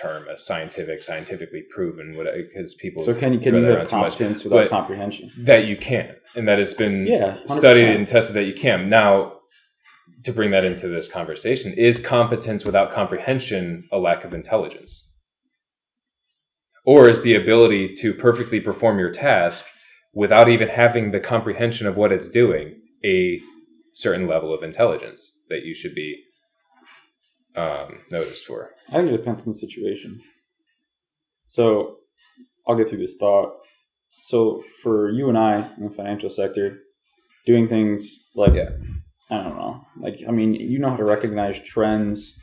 S2: term. A scientific, scientifically proven, what because people
S1: So can you can
S2: throw
S1: you
S2: that
S1: have
S2: around too much.
S1: competence without
S2: But-
S1: comprehension?
S2: that you can, and that has been
S1: Yeah, 100%.
S2: studied and tested that you can. Now, to bring that into this conversation, is competence without comprehension a lack of intelligence? Or is the ability to perfectly perform your task without even having the comprehension of what it's doing a certain level of intelligence that you should be um, noticed for?
S1: I think it depends on the situation. So I'll get through this thought. So for you and I in the financial sector, doing things like
S2: Yeah.
S1: I don't know, like I mean, you know how to recognize trends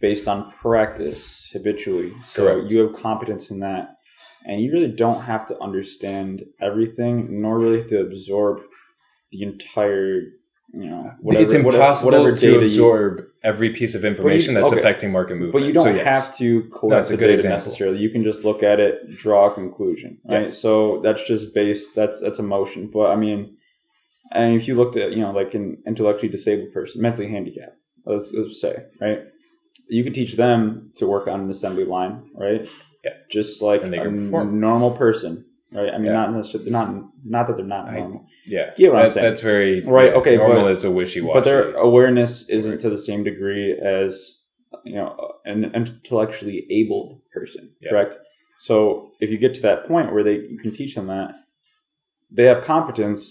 S1: based on practice habitually. So
S2: Correct.
S1: you have competence in that. And you really don't have to understand everything, nor really have to absorb the entire, you know, whatever,
S2: it's
S1: whatever-
S2: impossible
S1: whatever
S2: to
S1: data you-
S2: absorb every piece of information that's
S1: okay.
S2: affecting market movement.
S1: but you don't
S2: So, yes.
S1: have to collect
S2: That's a
S1: the
S2: good
S1: data
S2: example.
S1: necessarily. You can just look at it, draw a conclusion, right? So that's just based. That's that's emotion. But I mean, and if you looked at you know like an intellectually disabled person, mentally handicapped, let's, let's say, right? You could teach them to work on an assembly line, right?
S2: Yeah.
S1: Just like a
S2: And they can perform.
S1: normal person, right? I mean,
S2: Yeah.
S1: not necessarily not not that they're not
S2: I-
S1: normal,
S2: Yeah,
S1: You get what I'm
S2: That-
S1: saying.
S2: That's very
S1: Right, okay,
S2: Normal
S1: but-
S2: is a wishy washy.
S1: but their awareness isn't to the same degree as you know an intellectually abled person
S2: Yeah.
S1: correct so if you get to that point where they you can teach them that they have competence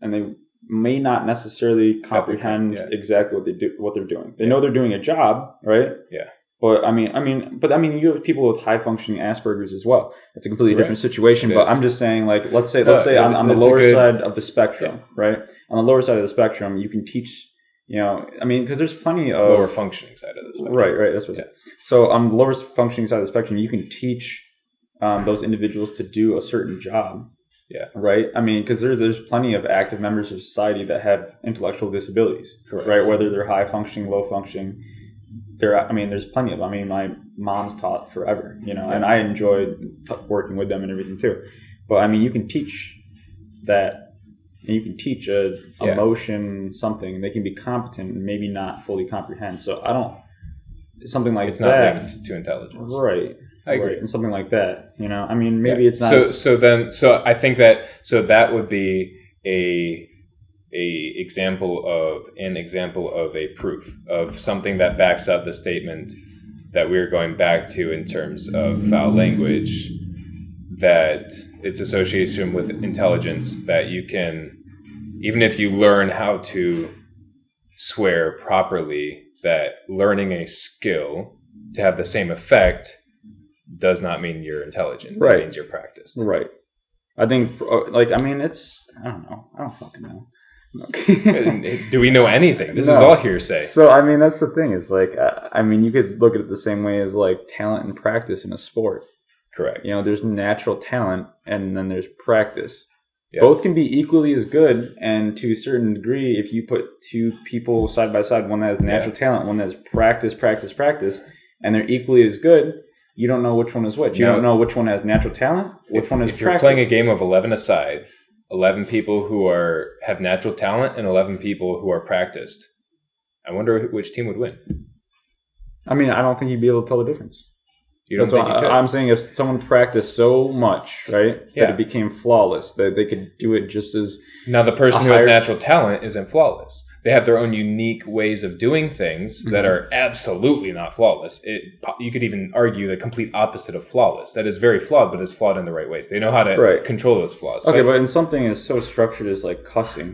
S1: and they may not necessarily comprehend
S2: yeah.
S1: exactly what they do what they're doing they know they're doing a job right
S2: Yeah.
S1: but I mean, I mean, but I mean, you have people with high functioning Asperger's as well. It's a completely
S2: Right.
S1: different situation.
S2: It
S1: But
S2: is.
S1: I'm just saying, like, let's say,
S2: No,
S1: let's say
S2: yeah,
S1: on, on the
S2: that's a
S1: lower
S2: good-
S1: side of the spectrum, right? On the lower side of the spectrum, you can teach, you know, I mean, because there's plenty of
S2: lower functioning side of this.
S1: right, right. That's what.
S2: Yeah.
S1: So on the lower functioning side of the spectrum, you can teach um, those individuals to do a certain job.
S2: Yeah.
S1: Right. I mean, because there's there's plenty of active members of society that have intellectual disabilities.
S2: Correct.
S1: Right. Whether they're high functioning, low functioning. There, I mean, there's plenty of. I mean, my mom's taught forever, you know, and I enjoyed t- working with them and everything too. But I mean, you can teach that, and you can teach a
S2: Yeah.
S1: emotion something. They can be competent and maybe not fully comprehend. So I don't something like
S2: It's not
S1: that,
S2: linked to intelligence.
S1: right?
S2: I agree.
S1: right, and something like that. You know, I mean, maybe
S2: Yeah.
S1: it's not.
S2: So
S1: as-
S2: so then so I think that so that would be a a example of an example of a proof of something that backs up the statement that we're going back to in terms of foul language that its association with intelligence that you can even if you learn how to swear properly that learning a skill to have the same effect does not mean you're intelligent
S1: Right.
S2: it means you're practiced
S1: right. I think, uh, like, I mean, it's. I don't know. I don't fucking know.
S2: do we know anything this is
S1: No.
S2: all hearsay
S1: So I mean, that's the thing. Is like, uh, I, I mean, you could look at it the same way as like talent and practice in a sport.
S2: correct
S1: You know, there's natural talent, and then there's practice.
S2: Yeah.
S1: Both can be equally as good, and to a certain degree, if you put two people side by side, one that has natural talent, one that has practice, practice, practice, and they're equally as good, you don't know which one is which. You
S2: Now-
S1: don't know which one has natural talent, which
S2: if,
S1: one is
S2: if
S1: practice.
S2: you're playing a game of 11 aside 11 people who are have natural talent and 11 people who are practiced i wonder which team would win
S1: I mean, I don't think you'd be able to tell the difference.
S2: You don't
S1: That's
S2: think
S1: why
S2: you could?
S1: I'm saying if someone practiced so much, right,
S2: Yeah.
S1: that it became flawless, that they could do it just as
S2: Now, the person
S1: A
S2: who has
S1: higher-
S2: natural talent isn't flawless. They have their own unique ways of doing things that
S1: Mhm.
S2: are absolutely not flawless. It, po- you could even argue the complete opposite of flawless. That is very flawed, but it's flawed in the right ways. They know how to
S1: Right.
S2: control those flaws. So
S1: okay, but in something as so structured as like cussing,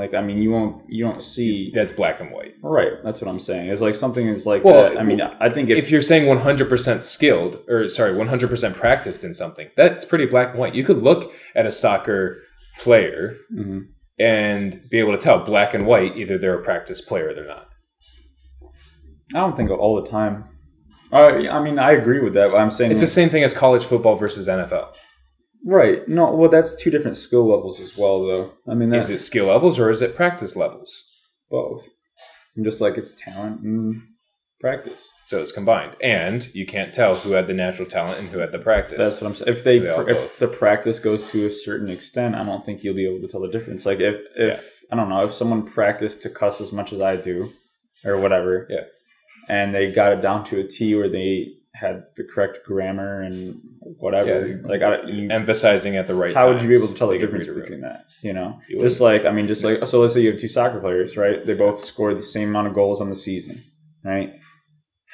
S1: like I mean, you won't you don't see
S2: that's black and white.
S1: right. That's what I'm saying. It's like something is like
S2: Well,
S1: that. I mean, I think if,
S2: If you're saying 100% skilled, or sorry, 100% practiced in something, that's pretty black and white. You could look at a soccer player
S1: Mhm.
S2: and be able to tell black and white either they're a practiced player or they're not.
S1: I don't think all the time. Uh, I I mean, I agree with that. But I'm saying
S2: It's the same thing as college football versus NFL.
S1: right. No, well, that's two different skill levels as well, though. I mean,
S2: Is
S1: that's
S2: it skill levels or is it practice levels?
S1: both. I'm just like it's talent and practice.
S2: So it's combined, and you can't tell who had the natural talent and who had the practice.
S1: That's what I'm saying. If they,
S2: They all
S1: if the practice goes to a certain extent, I don't think you'll be able to tell the difference. Like if if I don't know if someone practiced to cuss as much as I do, or whatever,
S2: Yeah.
S1: and they got it down to a T where they had the correct grammar and whatever.
S2: Yeah.
S1: Like I, you,
S2: emphasizing at the right.
S1: how would you be able to tell the
S2: times, they could
S1: difference
S2: read a room.
S1: between that? You know,
S2: You
S1: just like I mean, just like so. Let's say you have two soccer players, right? They both scored the same amount of goals on the season, right?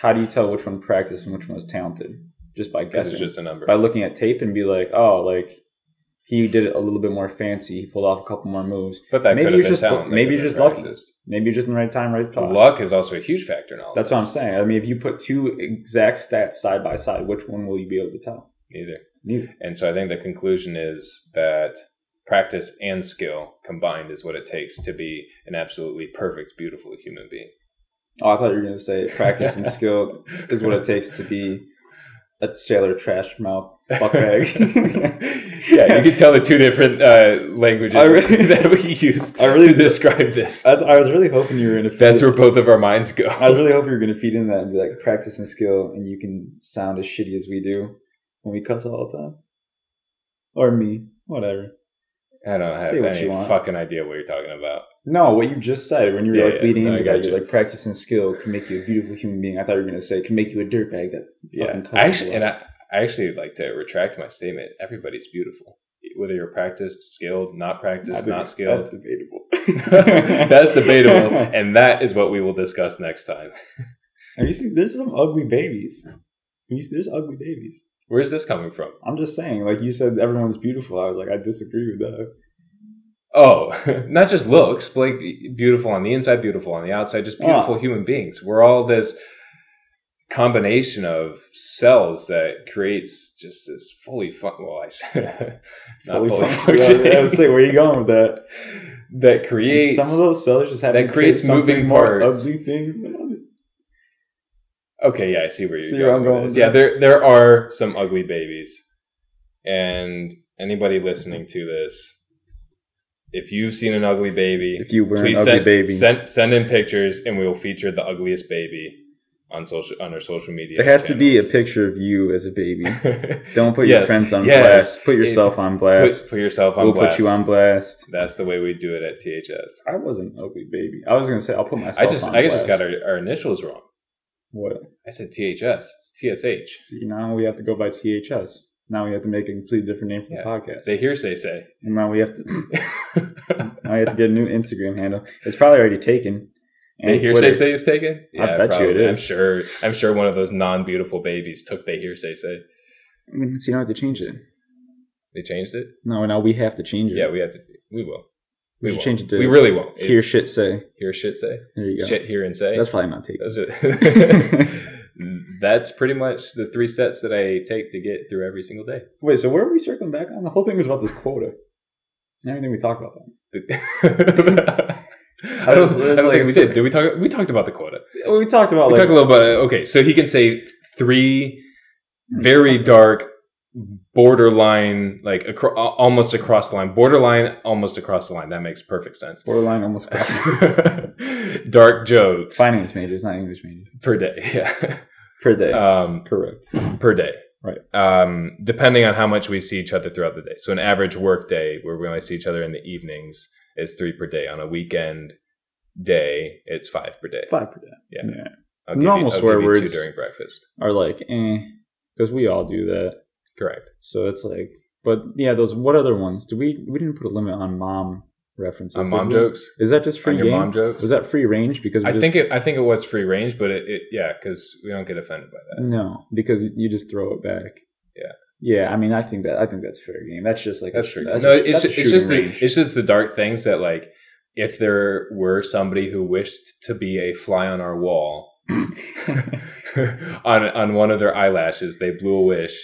S1: How do you tell which one practiced and which one was talented? Just by
S2: This
S1: guessing
S2: is just a number.
S1: by looking at tape and be like, oh, like he did it a little bit more fancy. He pulled off a couple more moves.
S2: But that
S1: maybe
S2: could
S1: you're
S2: have been
S1: just-
S2: talent. that
S1: maybe
S2: could
S1: you're
S2: have
S1: just
S2: been
S1: lucky.
S2: practiced.
S1: Maybe you're just in the right time, right spot.
S2: Luck is also a huge factor in all.
S1: That's
S2: this.
S1: what I'm saying. I mean, if you put two exact stats side by side, which one will you be able to tell?
S2: Neither.
S1: Neither.
S2: And so I think the conclusion is that practice and skill combined is what it takes to be an absolutely perfect, beautiful human being.
S1: Oh, I thought you were going to say practice and skill is what it takes to be a sailor trash mouth fuckbag.
S2: yeah, you can tell the two different uh, languages
S1: I really-
S2: that we use
S1: I really
S2: to describe this.
S1: I, I was really hoping you were going to.
S2: That's where both of our minds go.
S1: I was really hoping you were going to feed in that and be like practice and skill, and you can sound as shitty as we do when we cuss all the time, or me, whatever.
S2: I don't have
S1: Say what
S2: any
S1: you want.
S2: fucking idea what you're talking about.
S1: No, what you just said when you were
S2: Yeah,
S1: like
S2: yeah,
S1: leading
S2: no,
S1: into
S2: I got
S1: that, you're
S2: you.
S1: like practice and skill can make you a beautiful human being. I thought you were going to say can make you a dirtbag. That
S2: Yeah,
S1: Fucking
S2: I actually,
S1: colorblind.
S2: and I, I actually like to retract my statement. Everybody's beautiful, whether you're practiced, skilled, not practiced, not
S1: That's
S2: skilled.
S1: debatable.
S2: That's debatable, and that is what we will discuss next time.
S1: Have you seen? There's some ugly babies. Have you seen- There's ugly babies.
S2: Where's this coming from?
S1: I'm just saying, like you said, everyone's beautiful. I was like, I disagree with that.
S2: Oh, not just looks, but like beautiful on the inside, beautiful on the outside, just
S1: Ah.
S2: beautiful human beings. We're all this combination of cells that creates just this fully fun. Well, I not fully,
S1: functional. Yeah, I was saying, where are you going with that?
S2: that
S1: And
S2: creates
S1: some of those sellers just have
S2: that
S1: to
S2: creates
S1: create something
S2: moving
S1: more
S2: parts.
S1: ugly things. than others.
S2: Okay, yeah, I see where you're
S1: See where
S2: going.
S1: I'm going
S2: with
S1: with
S2: this. yeah,
S1: that?
S2: there there are some ugly babies, and anybody listening to this, if you've seen an ugly baby,
S1: If you were an
S2: please
S1: ugly
S2: send,
S1: baby.
S2: send send in pictures, and we will feature the ugliest baby on social on our social media.
S1: There has to be a picture of you as a baby.
S2: picture.
S1: Don't put your
S2: Yes,
S1: friends on
S2: yes.
S1: blast. Put yourself on
S2: put,
S1: blast.
S2: put yourself on.
S1: we'll
S2: blast.
S1: put you on blast.
S2: That's the way we do it at THS.
S1: I was an ugly baby. I was gonna say I'll put myself.
S2: I just
S1: on
S2: I just
S1: blast.
S2: got our, our initials wrong.
S1: what?
S2: I said THS. It's TSH.
S1: See now we have to go by THS. Now we have to make a completely different name for
S2: Yeah.
S1: the podcast.
S2: They hearsay say.
S1: and now we have to. now we have to get a new Instagram handle. It's probably already taken.
S2: They hearsay say is taken.
S1: I bet you it
S2: probably. I'm
S1: is.
S2: sure. I'm sure one of those non-beautiful babies took they hearsay say.
S1: I mean, so you don't have to change it.
S2: They changed it.
S1: No, now we have to change it.
S2: Yeah, we have to. We will.
S1: We
S2: We
S1: should
S2: won't.
S1: change it to
S2: we really won't. It's
S1: hear shit say.
S2: Hear shit say.
S1: There you go.
S2: Shit hear and say.
S1: That's probably not taken.
S2: Those are- That's pretty much the three steps that I take to get through every single day.
S1: Wait, so where are we circling back on? The whole thing was about this quota. And everything we talked about. That.
S2: I don't, I don't think we did. Did we talk? We talked about the quota.
S1: Well, we talked about
S2: We
S1: Oh, like
S2: talked a little about okay, so he can say three very dark borderline like acro- al- almost across the line, borderline almost across the line. That makes perfect sense.
S1: borderline almost crossed.
S2: dark jokes
S1: Finance majors, not English majors.
S2: per day. Yeah.
S1: Per day.
S2: Um
S1: Correct.
S2: per day.
S1: Right.
S2: Um, depending on how much we see each other throughout the day. So an average work day where we only see each other in the evenings is three per day. On a weekend day, it's five per day.
S1: Five per day.
S2: Yeah.
S1: Yeah.
S2: I'll give you-
S1: Normal
S2: I'll
S1: swear
S2: give you
S1: words.
S2: two during breakfast.
S1: Are like, eh. because we all do that.
S2: Correct.
S1: So it's like, but yeah, those what other ones? Do we we didn't put a limit on mom references?
S2: On
S1: did
S2: mom
S1: we?
S2: jokes.
S1: Is that just free
S2: On your
S1: game?
S2: mom jokes?
S1: Was that free range? Because we
S2: I
S1: just,
S2: think it. I think it was free range, but it, it yeah, because we don't get offended by that.
S1: no, because you just throw it back.
S2: Yeah.
S1: Yeah, I mean, I think that I think that's fair game. That's just like
S2: That's true.
S1: That's
S2: no,
S1: just-
S2: it's
S1: that's
S2: just,
S1: a
S2: it's just the
S1: shooting range.
S2: it's just the dark things that like if there were somebody who wished to be a fly on our wall on on one of their eyelashes, they blew a wish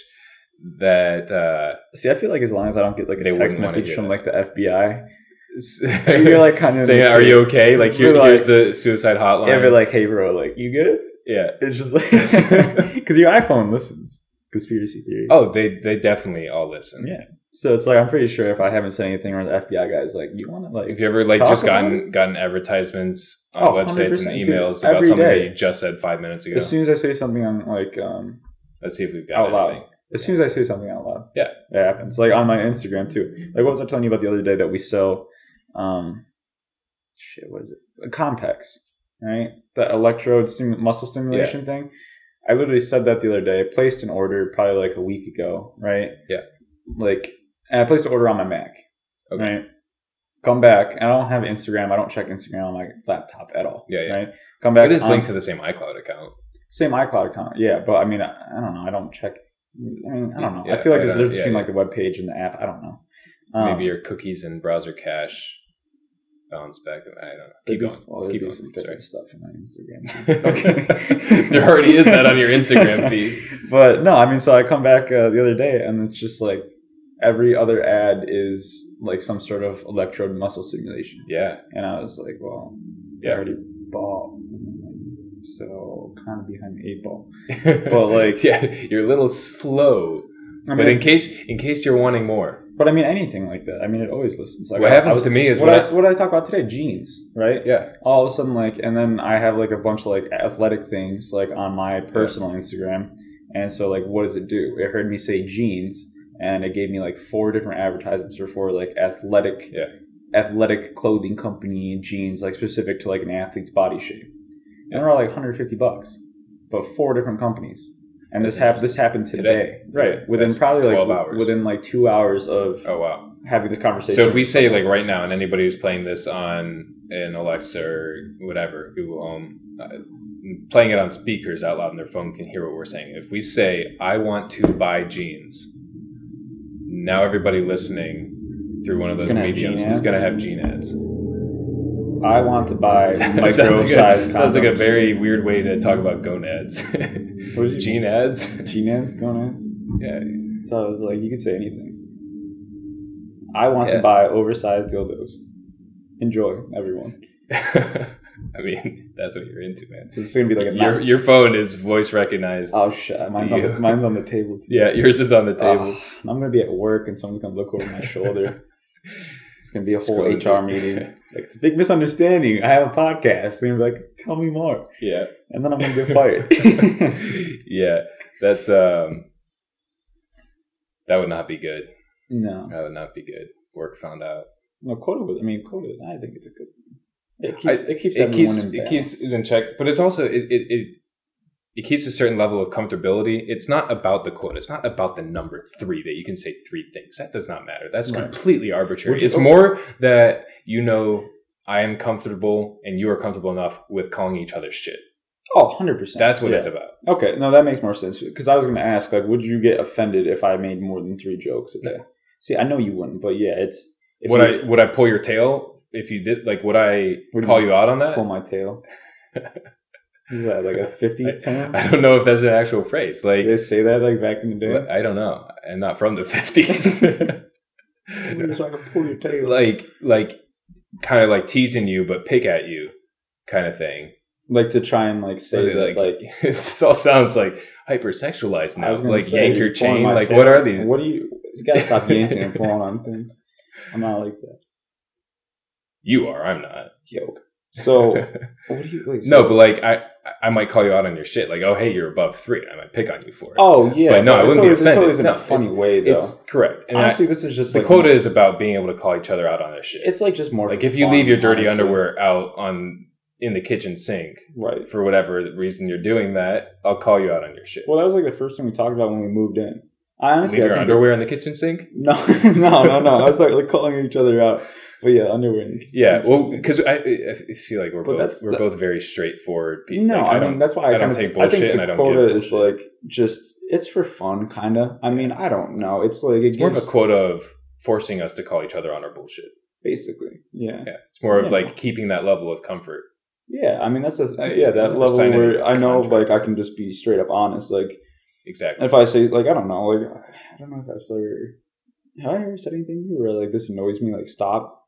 S2: that uh,
S1: See, I feel like as long as I don't get like a
S2: They wouldn't
S1: text
S2: wanna
S1: message
S2: hear
S1: from
S2: that.
S1: like the FBI, you're like kind of
S2: saying, "Are you okay?" Like here,
S1: We're
S2: here's the suicide hotline.
S1: Yeah, but like, hey, bro, like you good?
S2: yeah.
S1: It's just like because your iPhone listens conspiracy theory.
S2: Oh, they they definitely all listen.
S1: Yeah. So it's like I'm pretty sure if I haven't said anything or the FBI guy's like, you want to like
S2: Have you ever like
S1: Talk
S2: just
S1: about
S2: gotten gotten advertisements on
S1: Oh,
S2: websites
S1: 100%,
S2: and
S1: dude.
S2: emails about
S1: Every
S2: something
S1: day.
S2: that you just said five minutes ago?
S1: as soon as I say something I'm like um
S2: Let's see if we've got
S1: out loud.
S2: anything.
S1: As soon as I say something out loud.
S2: Yeah.
S1: It happens. Like on my Instagram too. Like what was I telling you about the other day that we sell um shit, what is it? Compex, right? The electrode stimu- muscle stimulation thing. I literally said that the other day. I placed an order probably like a week ago, right?
S2: Yeah.
S1: Like and I placed an order on my Mac.
S2: Okay.
S1: Right. Come back. and I don't have Instagram. I don't check Instagram on my laptop at all.
S2: Yeah, yeah.
S1: Right. Come back.
S2: It is
S1: on-
S2: linked to the same iCloud account.
S1: same iCloud account. Yeah, but I mean, I, I don't know. I don't check. I mean, I don't know. I
S2: Yeah,
S1: feel like
S2: I
S1: there's a
S2: don't-
S1: difference
S2: yeah,
S1: between
S2: yeah.
S1: like the web page and the app. I don't know. Uh-huh. Um,
S2: Maybe your cookies and browser cache bounce back. I don't know. Keep going. Keep going.
S1: Some
S2: Sorry.
S1: thicker stuff in my Instagram.
S2: okay. there already is that on your Instagram feed.
S1: But no, I mean, so I come back uh, the other day, and it's just like every other ad is like some sort of electrode muscle stimulation,
S2: Yeah.
S1: and I was like, well, I
S2: Yeah.
S1: already bought, so kind of behind the eight ball. But like,
S2: yeah, you're a little slow.
S1: I mean,
S2: but in case in case you're wanting more,
S1: But I mean, anything like that. I mean, it always listens. Like,
S2: what
S1: I- I
S2: happens
S1: was-
S2: to me is
S1: what,
S2: when
S1: I, what I talk about today, jeans, right?
S2: I, yeah,
S1: All of a sudden, like, and then I have like a bunch of like athletic things like on my personal Instagram, and so like, what does it do? It heard me say jeans, and it gave me like four different advertisements for four like athletic,
S2: Yeah.
S1: athletic clothing company jeans, like specific to like an athlete's body shape, and they're all like 150 bucks, but four different companies. And this happened. This happened today,
S2: Today.
S1: right? Within
S2: That's
S1: probably like
S2: 12
S1: w-
S2: hours.
S1: within like two hours of
S2: oh wow.
S1: having this conversation.
S2: So if we say like right now, and anybody who's playing this on an Alexa or whatever Google Home, uh, playing it on speakers out loud, and their phone can hear what we're saying. If we say, "I want to buy jeans," now everybody listening through one of
S1: It's
S2: those
S1: gonna have
S2: mediums
S1: Gene
S2: is
S1: ads.
S2: going to have gene ads.
S1: I want to buy micro
S2: sounds, like
S1: size
S2: a, sounds like a
S1: condoms.
S2: very weird way to talk about gonads.
S1: What did you-
S2: gene ads.
S1: Gene ads going
S2: yeah.
S1: in. So I was like, you could say anything. I want to
S2: Yeah.
S1: buy oversized dildos. Enjoy, everyone.
S2: I mean, that's what you're into, man.
S1: It's gonna be like a
S2: Your your phone is voice recognized.
S1: oh shit, mine's on, the,
S2: You.
S1: mine's on the table. Too.
S2: yeah, yours is on the table.
S1: Ugh, I'm gonna be at work and someone's gonna look over my shoulder. It's gonna be a whole
S2: Scrolling
S1: HR
S2: through.
S1: meeting. Like it's a big misunderstanding. I have a podcast. And you're like, tell me more,
S2: yeah.
S1: and then I'm gonna get fired.
S2: yeah. That's um that would not be good.
S1: no,
S2: That would not be good. Work found out.
S1: no quota. Was, I mean, quota. I think it's a good. It
S2: I-
S1: keeps. it keeps.
S2: it keeps
S1: everyone in
S2: it keeps
S1: balance.
S2: it in check, but it's also it it, it it keeps a certain level of comfortability. It's not about the quota. It's not about the number three that you can say three things. That does not matter. That's
S1: Right.
S2: completely arbitrary.
S1: Which is-
S2: it's more that you know I am comfortable and you are comfortable enough with calling each other shit.
S1: Oh, 100%.
S2: That's what
S1: Yeah.
S2: it's about.
S1: Okay, no, that makes more sense. Because I was going to ask, like, would you get offended if I made more than three jokes a day? See, I know you wouldn't, but yeah, it's. If
S2: would
S1: you
S2: I would I pull your tail if you did like would I
S1: Would
S2: call
S1: you
S2: you out on that?
S1: pull my tail. Is that like a 50s term?
S2: I don't know if that's an actual phrase. Like
S1: Did they say that like back in the day?
S2: I don't know. I'm not from the fifties.
S1: It's like a pull your tail. Like,
S2: like like kind of like teasing you but pick at you kind of thing.
S1: to try and like say that,
S2: like,
S1: like.
S2: this all sounds like hypersexualized
S1: I
S2: now.
S1: was gonna
S2: Like
S1: say,
S2: yank
S1: you're
S2: your chain.
S1: pulling my
S2: Like
S1: tail.
S2: what are these?
S1: What do you. You gotta stop yanking and pulling on things. I'm not like that.
S2: You are. I'm not.
S1: Yo. So, what do you. Wait, so-
S2: no, but like I I might call you out on your shit. Like oh hey you're above three. and I might pick on you for it.
S1: Oh, yeah.
S2: But no, I
S1: it's
S2: wouldn't be
S1: always, It's
S2: offended.
S1: always in
S2: No,
S1: a funny
S2: it's-
S1: way, though.
S2: it's correct. And I,
S1: Honestly, this is just
S2: the
S1: like
S2: quota is about being able to call each other out on their shit.
S1: It's like just more.
S2: like
S1: for
S2: if you
S1: fun,
S2: leave your dirty
S1: honestly.
S2: underwear out on in the kitchen sink
S1: Right.
S2: for whatever reason you're doing that, I'll call you out on your shit.
S1: Well, that was like the first thing we talked about when we moved in. I honestly,
S2: Leave
S1: I
S2: your
S1: think-
S2: underwear in the kitchen sink.
S1: No, no, no, no. I was like, like calling each other out. But yeah, underwear. and-
S2: Yeah, well, because I, I I feel like we're
S1: But
S2: both
S1: that's
S2: we're
S1: the-
S2: both very straightforward people.
S1: No,
S2: Like,
S1: I,
S2: don't-
S1: mean that's why I,
S2: I don't
S1: kind of,
S2: take
S1: I
S2: bullshit
S1: think
S2: and
S1: the
S2: I don't give
S1: quota is
S2: bullshit.
S1: like just it's for fun, kind of. I mean, I don't know. It's like it
S2: it's more of a
S1: gives-
S2: quota of forcing us to call each other on our bullshit.
S1: basically. Yeah,
S2: Yeah, it's more of
S1: Yeah.
S2: like keeping that level of comfort.
S1: yeah. I mean, that's a yeah that
S2: Or
S1: level
S2: sign a
S1: where I know
S2: contract.
S1: like I can just be straight up honest. Like
S2: Exactly.
S1: if I say like I don't know, like I don't know if I've ever have I ever said anything to you where like this annoys me, like stop.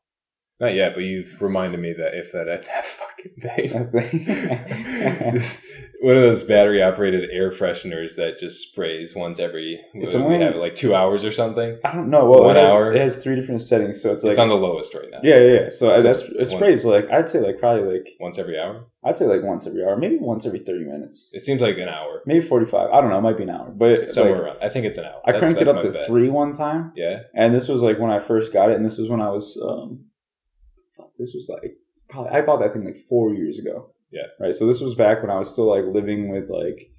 S2: Not yet, but you've reminded me that if that that fucking thing.
S1: it's
S2: This- one of those battery operated air fresheners that just sprays once every
S1: It's
S2: we
S1: only-
S2: have like two hours or something.
S1: I don't know. Well,
S2: One
S1: it has,
S2: hour.
S1: It has three different settings, so it's like
S2: it's on the lowest right now.
S1: yeah, yeah, yeah. So, uh,
S2: So
S1: that's
S2: it's
S1: it
S2: one-
S1: sprays like I'd say like probably like
S2: Once every hour.
S1: I'd say like once every hour, maybe once every thirty minutes.
S2: It seems like an hour.
S1: maybe 45 i don't know it might be an hour but
S2: Somewhere
S1: like,
S2: around. I think it's an hour.
S1: i cranked it up
S2: my
S1: to
S2: bet.
S1: three one time
S2: Yeah.
S1: and this was like when i first got it and this was when i was um fuck, this was like probably i bought that thing like four years ago
S2: Yeah.
S1: right so this was back when i was still like living with like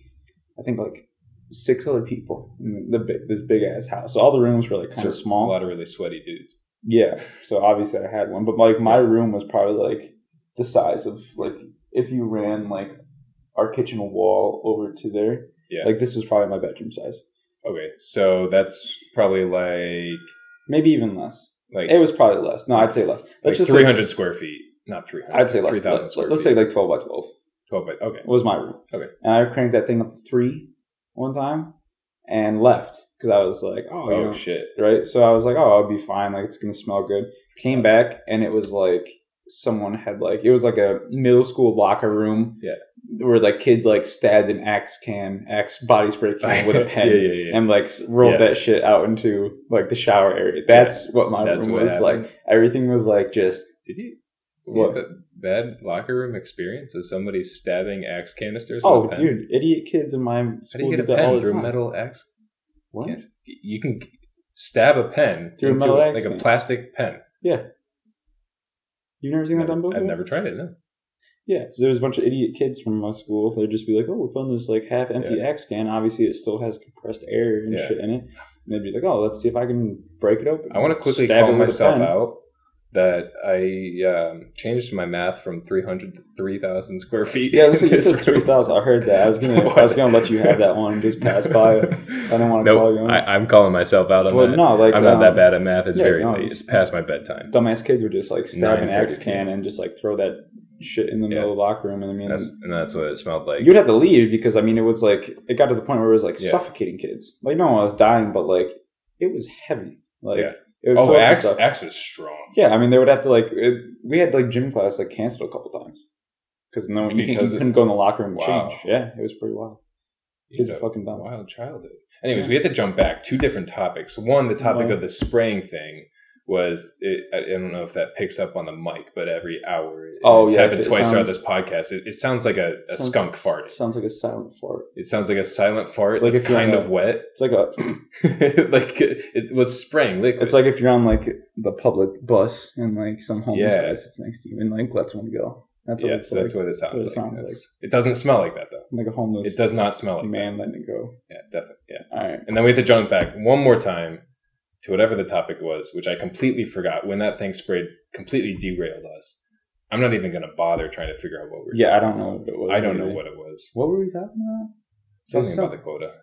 S1: i think like six other people in the big, this big ass house so all the rooms were like kind of
S2: So,
S1: small
S2: A lot of really sweaty dudes.
S1: yeah. So obviously I had one, but like my room was probably like the size of like if you ran like our kitchen wall over to there.
S2: Yeah.
S1: Like this was probably my bedroom size.
S2: Okay, so that's probably like
S1: Maybe even less.
S2: like,
S1: It was probably less. No, I'd say less.
S2: like
S1: Let's just
S2: three hundred square feet, not three
S1: say-
S2: hundred.
S1: I'd say less.
S2: three thousand
S1: Let,
S2: square
S1: us say
S2: feet.
S1: like twelve by twelve
S2: twelve. By, okay,
S1: was my room.
S2: Okay.
S1: And I cranked that thing up to three one time and left because I was like, oh,
S2: oh,
S1: you know,
S2: shit,
S1: right? So I was like, oh, I'll be fine. Like it's gonna smell good. Came back and it was like someone had like it was like a middle school locker room.
S2: Yeah.
S1: Where like kids like stabbed an axe can, axe body spray can with a pen.
S2: yeah, yeah, yeah.
S1: And like s- rolled
S2: Yeah.
S1: that shit out into like the shower area. That's what my
S2: That's
S1: room
S2: what
S1: was
S2: happened.
S1: like. Everything was like just
S2: Did you? did you
S1: What?
S2: have a bad locker room experience of somebody stabbing axe canisters?
S1: oh,
S2: with a pen?
S1: dude, idiot kids in my
S2: how do
S1: school
S2: you
S1: did
S2: get a
S1: that all
S2: pen
S1: the
S2: through a
S1: time.
S2: metal axe?
S1: What?
S2: can- You can stab a pen
S1: Through a
S2: into,
S1: metal axe
S2: like a
S1: can.
S2: plastic pen.
S1: You've never seen that done before?
S2: I've never tried it. No.
S1: Yeah, so there was a bunch of idiot kids from my school. They'd just be like, "Oh, we found this like half empty X can. Obviously, it still has compressed air and
S2: Yeah.
S1: shit in it." And they'd be like, "Oh, let's see if I can break it open."
S2: I want to quickly
S1: Stab
S2: call
S1: it with a
S2: myself
S1: pen.
S2: out that I um, changed my math from 300 to 3,000 square feet.
S1: Yeah, listen, you
S2: This
S1: said
S2: room.
S1: three thousand. I heard that. I was gonna, I was gonna let you have that one and just pass by. it. I didn't want to
S2: Nope,
S1: call you. On.
S2: I, I'm calling myself out on
S1: but
S2: that.
S1: no, like
S2: I'm not
S1: um,
S2: that bad at math. It's
S1: yeah,
S2: very
S1: no,
S2: late.
S1: it's-
S2: It's past my bedtime.
S1: Dumbass kids would just like stab an
S2: 9:30
S1: X can and just like throw that shit in the
S2: Yeah.
S1: middle of the locker room. And I mean,
S2: That's, and that's what it smelled like.
S1: you'd have to leave because I mean, it was like it got to the point where it was like
S2: Yeah.
S1: suffocating kids. Like no, I was dying, but like it was heavy. Like
S2: Yeah.
S1: it would
S2: Oh,
S1: fill up with
S2: axe,
S1: stuff.
S2: axe is strong.
S1: Yeah, I mean, they would have to like. It, we had like gym class like canceled a couple times because no one you, can, you
S2: Because it-
S1: couldn't go in the locker room and
S2: Wow.
S1: change. Yeah, it was pretty wild. Kids are
S2: Dude,
S1: fucking dumb.
S2: Wild childhood. Anyways, we have to jump back. Two different topics. One, the topic
S1: Wow.
S2: of the spraying thing was it, I I don't know if that picks up on the mic, but every hour, it-
S1: Oh,
S2: it's
S1: yeah,
S2: happened
S1: if it
S2: twice throughout
S1: sounds-
S2: this podcast. It, it sounds like a, a
S1: Sounds-
S2: skunk fart.
S1: Sounds like a silent fart.
S2: It sounds like a silent fart.
S1: It's
S2: It's
S1: like if you're
S2: kind
S1: on
S2: of wet,
S1: It's like a.
S2: like it, was spraying liquid.
S1: It's like if you're on like the public bus and like some homeless
S2: Yeah.
S1: guy sits next to you and like lets one go. That's what
S2: yes,
S1: it's
S2: that's
S1: like.
S2: what it sounds
S1: what it
S2: like.
S1: sounds
S2: That's- It doesn't smell like that though.
S1: like a homeless
S2: It does not smell like
S1: man letting it go.
S2: that. Yeah, definitely. Yeah.
S1: All right.
S2: And then we had to jump back one more time to whatever the topic was, which I completely forgot. When that thing sprayed, completely derailed us. I'm not even going to bother trying to figure out what we're.
S1: Yeah, I don't know what it was.
S2: I don't know
S1: either.
S2: what it was.
S1: What were we talking about?
S2: Something
S1: some-
S2: about the quota.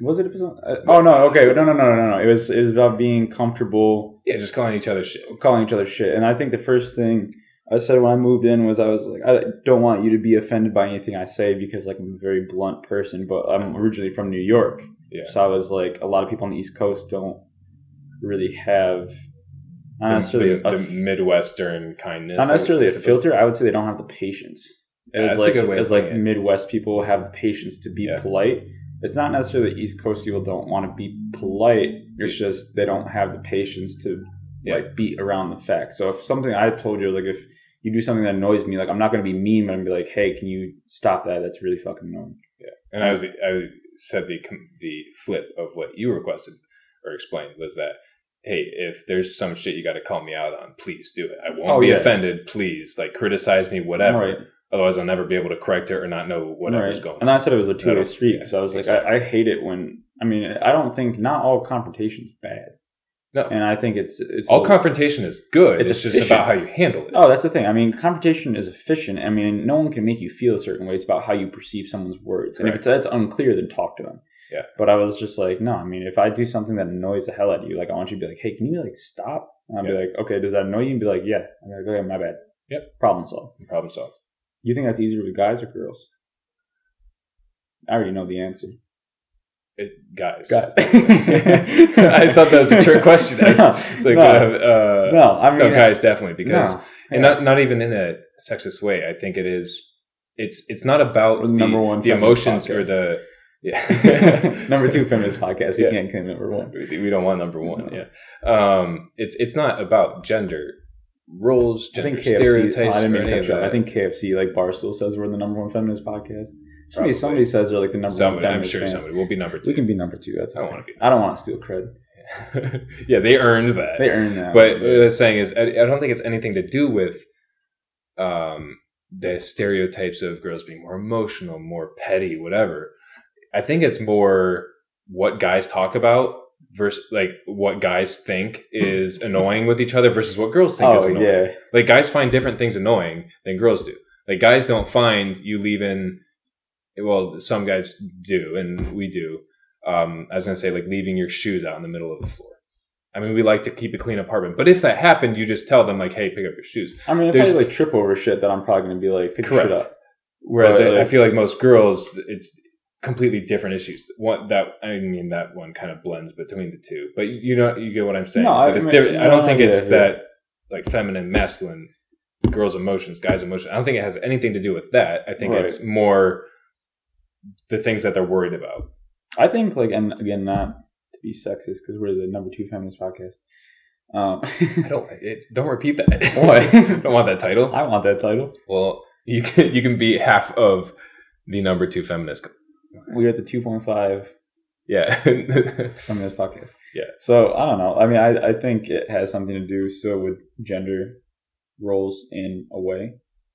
S1: Was it episode? Uh, oh no. Okay. No. No. No. No. No. It was. It was about being comfortable.
S2: Yeah, just calling each other shit.
S1: calling each other shit. And I think the first thing I said when I moved in was I was like, I don't want you to be offended by anything I say because like I'm a very blunt person, but I'm originally from New York.
S2: Yeah.
S1: So I was like, a lot of people on the East Coast don't really have not necessarily,
S2: the, the,
S1: a,
S2: the Midwestern kindness.
S1: not necessarily
S2: I
S1: a
S2: suppose.
S1: filter. I would say they don't have the patience.
S2: Yeah,
S1: as
S2: that's
S1: like
S2: a good way
S1: as
S2: of
S1: like
S2: putting it.
S1: Midwest people have the patience to be
S2: Yeah.
S1: polite. It's not necessarily that East Coast people don't want to be polite. It's just they don't have the patience to
S2: Yeah.
S1: like beat around the fact. So if something I told you, like if you do something that annoys me, like I'm not going to be mean, but I'm gonna be like, hey, can you stop that? That's really fucking annoying.
S2: And I was I said the com- the flip of what you requested or explained was that hey, if there's some shit you got to call me out on, please do it. I won't
S1: Oh,
S2: be
S1: yeah.
S2: offended. Please, like criticize me, whatever.
S1: Right.
S2: Otherwise, I'll never be able to correct it or not know whatever's
S1: Right.
S2: going
S1: And
S2: on.
S1: I said it was a two way
S2: That'll-
S1: street
S2: yeah,
S1: because I was like,
S2: exactly.
S1: I, I hate it when. I mean, I don't think not all confrontation's bad.
S2: No.
S1: and I think it's it's
S2: All
S1: a-
S2: confrontation is good. It's,
S1: It's
S2: just
S1: efficient.
S2: about how you handle it.
S1: Oh, that's the thing. I mean, confrontation is efficient. I mean, no one can make you feel a certain way. It's about how you perceive someone's words. And if
S2: Correct.
S1: it's that's unclear, then talk to them.
S2: Yeah.
S1: But I was just like, no. I mean, if I do something that annoys the hell out of you, like I want you to be like, hey, can you like stop? And I'll
S2: Yeah.
S1: be like, okay, does that annoy you? And be like, yeah. And be like, okay, my bad.
S2: Yep.
S1: Problem solved.
S2: Problem solved.
S1: You think that's easier with guys or girls? I already know the answer.
S2: It, guys.
S1: Guys.
S2: I thought that was a trick question. That's, it's like,
S1: no,
S2: uh, uh,
S1: no, I mean,
S2: no, guys, definitely because
S1: no.
S2: and
S1: Yeah.
S2: not not even in a sexist way. I think it is. It's it's not about
S1: We're
S2: the,
S1: the number one
S2: the
S1: feminist
S2: emotions or
S1: podcast.
S2: the yeah
S1: number two feminist podcast. We
S2: Yeah.
S1: can't claim number one.
S2: We, we don't want number one.
S1: No.
S2: Yeah, um, it's it's not about gender roles,
S1: oh, I
S2: gender
S1: think KFC.
S2: stereotypes.
S1: I didn't
S2: or
S1: mean to
S2: any
S1: cut
S2: of
S1: you off.
S2: that.
S1: I think KFC, like Barstool, says we're the number one feminist podcast.
S2: Probably.
S1: Somebody, somebody says they're like the number one
S2: somebody. I'm
S1: feminist.
S2: sure
S1: fans.
S2: somebody will be number two.
S1: We can be number two. That's
S2: I
S1: okay.
S2: don't wanna be-
S1: I don't want to steal credit.
S2: yeah, they earned that.
S1: They earned that.
S2: but what I was saying is, I, I don't think it's anything to do with um, the stereotypes of girls being more emotional, more petty, whatever. I think it's more what guys talk about versus like what guys think is annoying with each other versus what girls think is
S1: oh
S2: annoying.
S1: yeah,
S2: Like guys find different things annoying than girls do. Like guys don't find you leaving. Well, some guys do, and we do. Um, I was gonna say like leaving your shoes out in the middle of the floor. I mean, we like to keep a clean apartment, but if that happened, you just tell them like, "Hey, pick up your shoes."
S1: I mean, if
S2: There's-
S1: I like trip over shit, then I'm probably gonna be like, pick your shit
S2: Correct.
S1: up.
S2: Whereas
S1: Right,
S2: I, I
S1: like-
S2: feel like most girls, it's completely different issues. One that I mean, that one kind of blends between the two. But you know, you get what I'm saying.
S1: No,
S2: So
S1: I
S2: it's
S1: mean-
S2: different. I
S1: no,
S2: don't think
S1: yeah,
S2: it's
S1: yeah.
S2: that like feminine, masculine, girls' emotions, guys' emotions. I don't think it has anything to do with that. I think
S1: Right.
S2: it's more the things that they're worried about.
S1: I think like, and again, not to be sexist because we're the number two feminist podcast. Um,
S2: I don't. It's don't repeat that.
S1: Why?
S2: don't want that title.
S1: I want that title.
S2: Well, you can you can be half of the number two feminist.
S1: We're at the two point five
S2: Yeah.
S1: from this podcast.
S2: Yeah.
S1: So I don't know. I mean, I, I think it has something to do still with gender roles in a way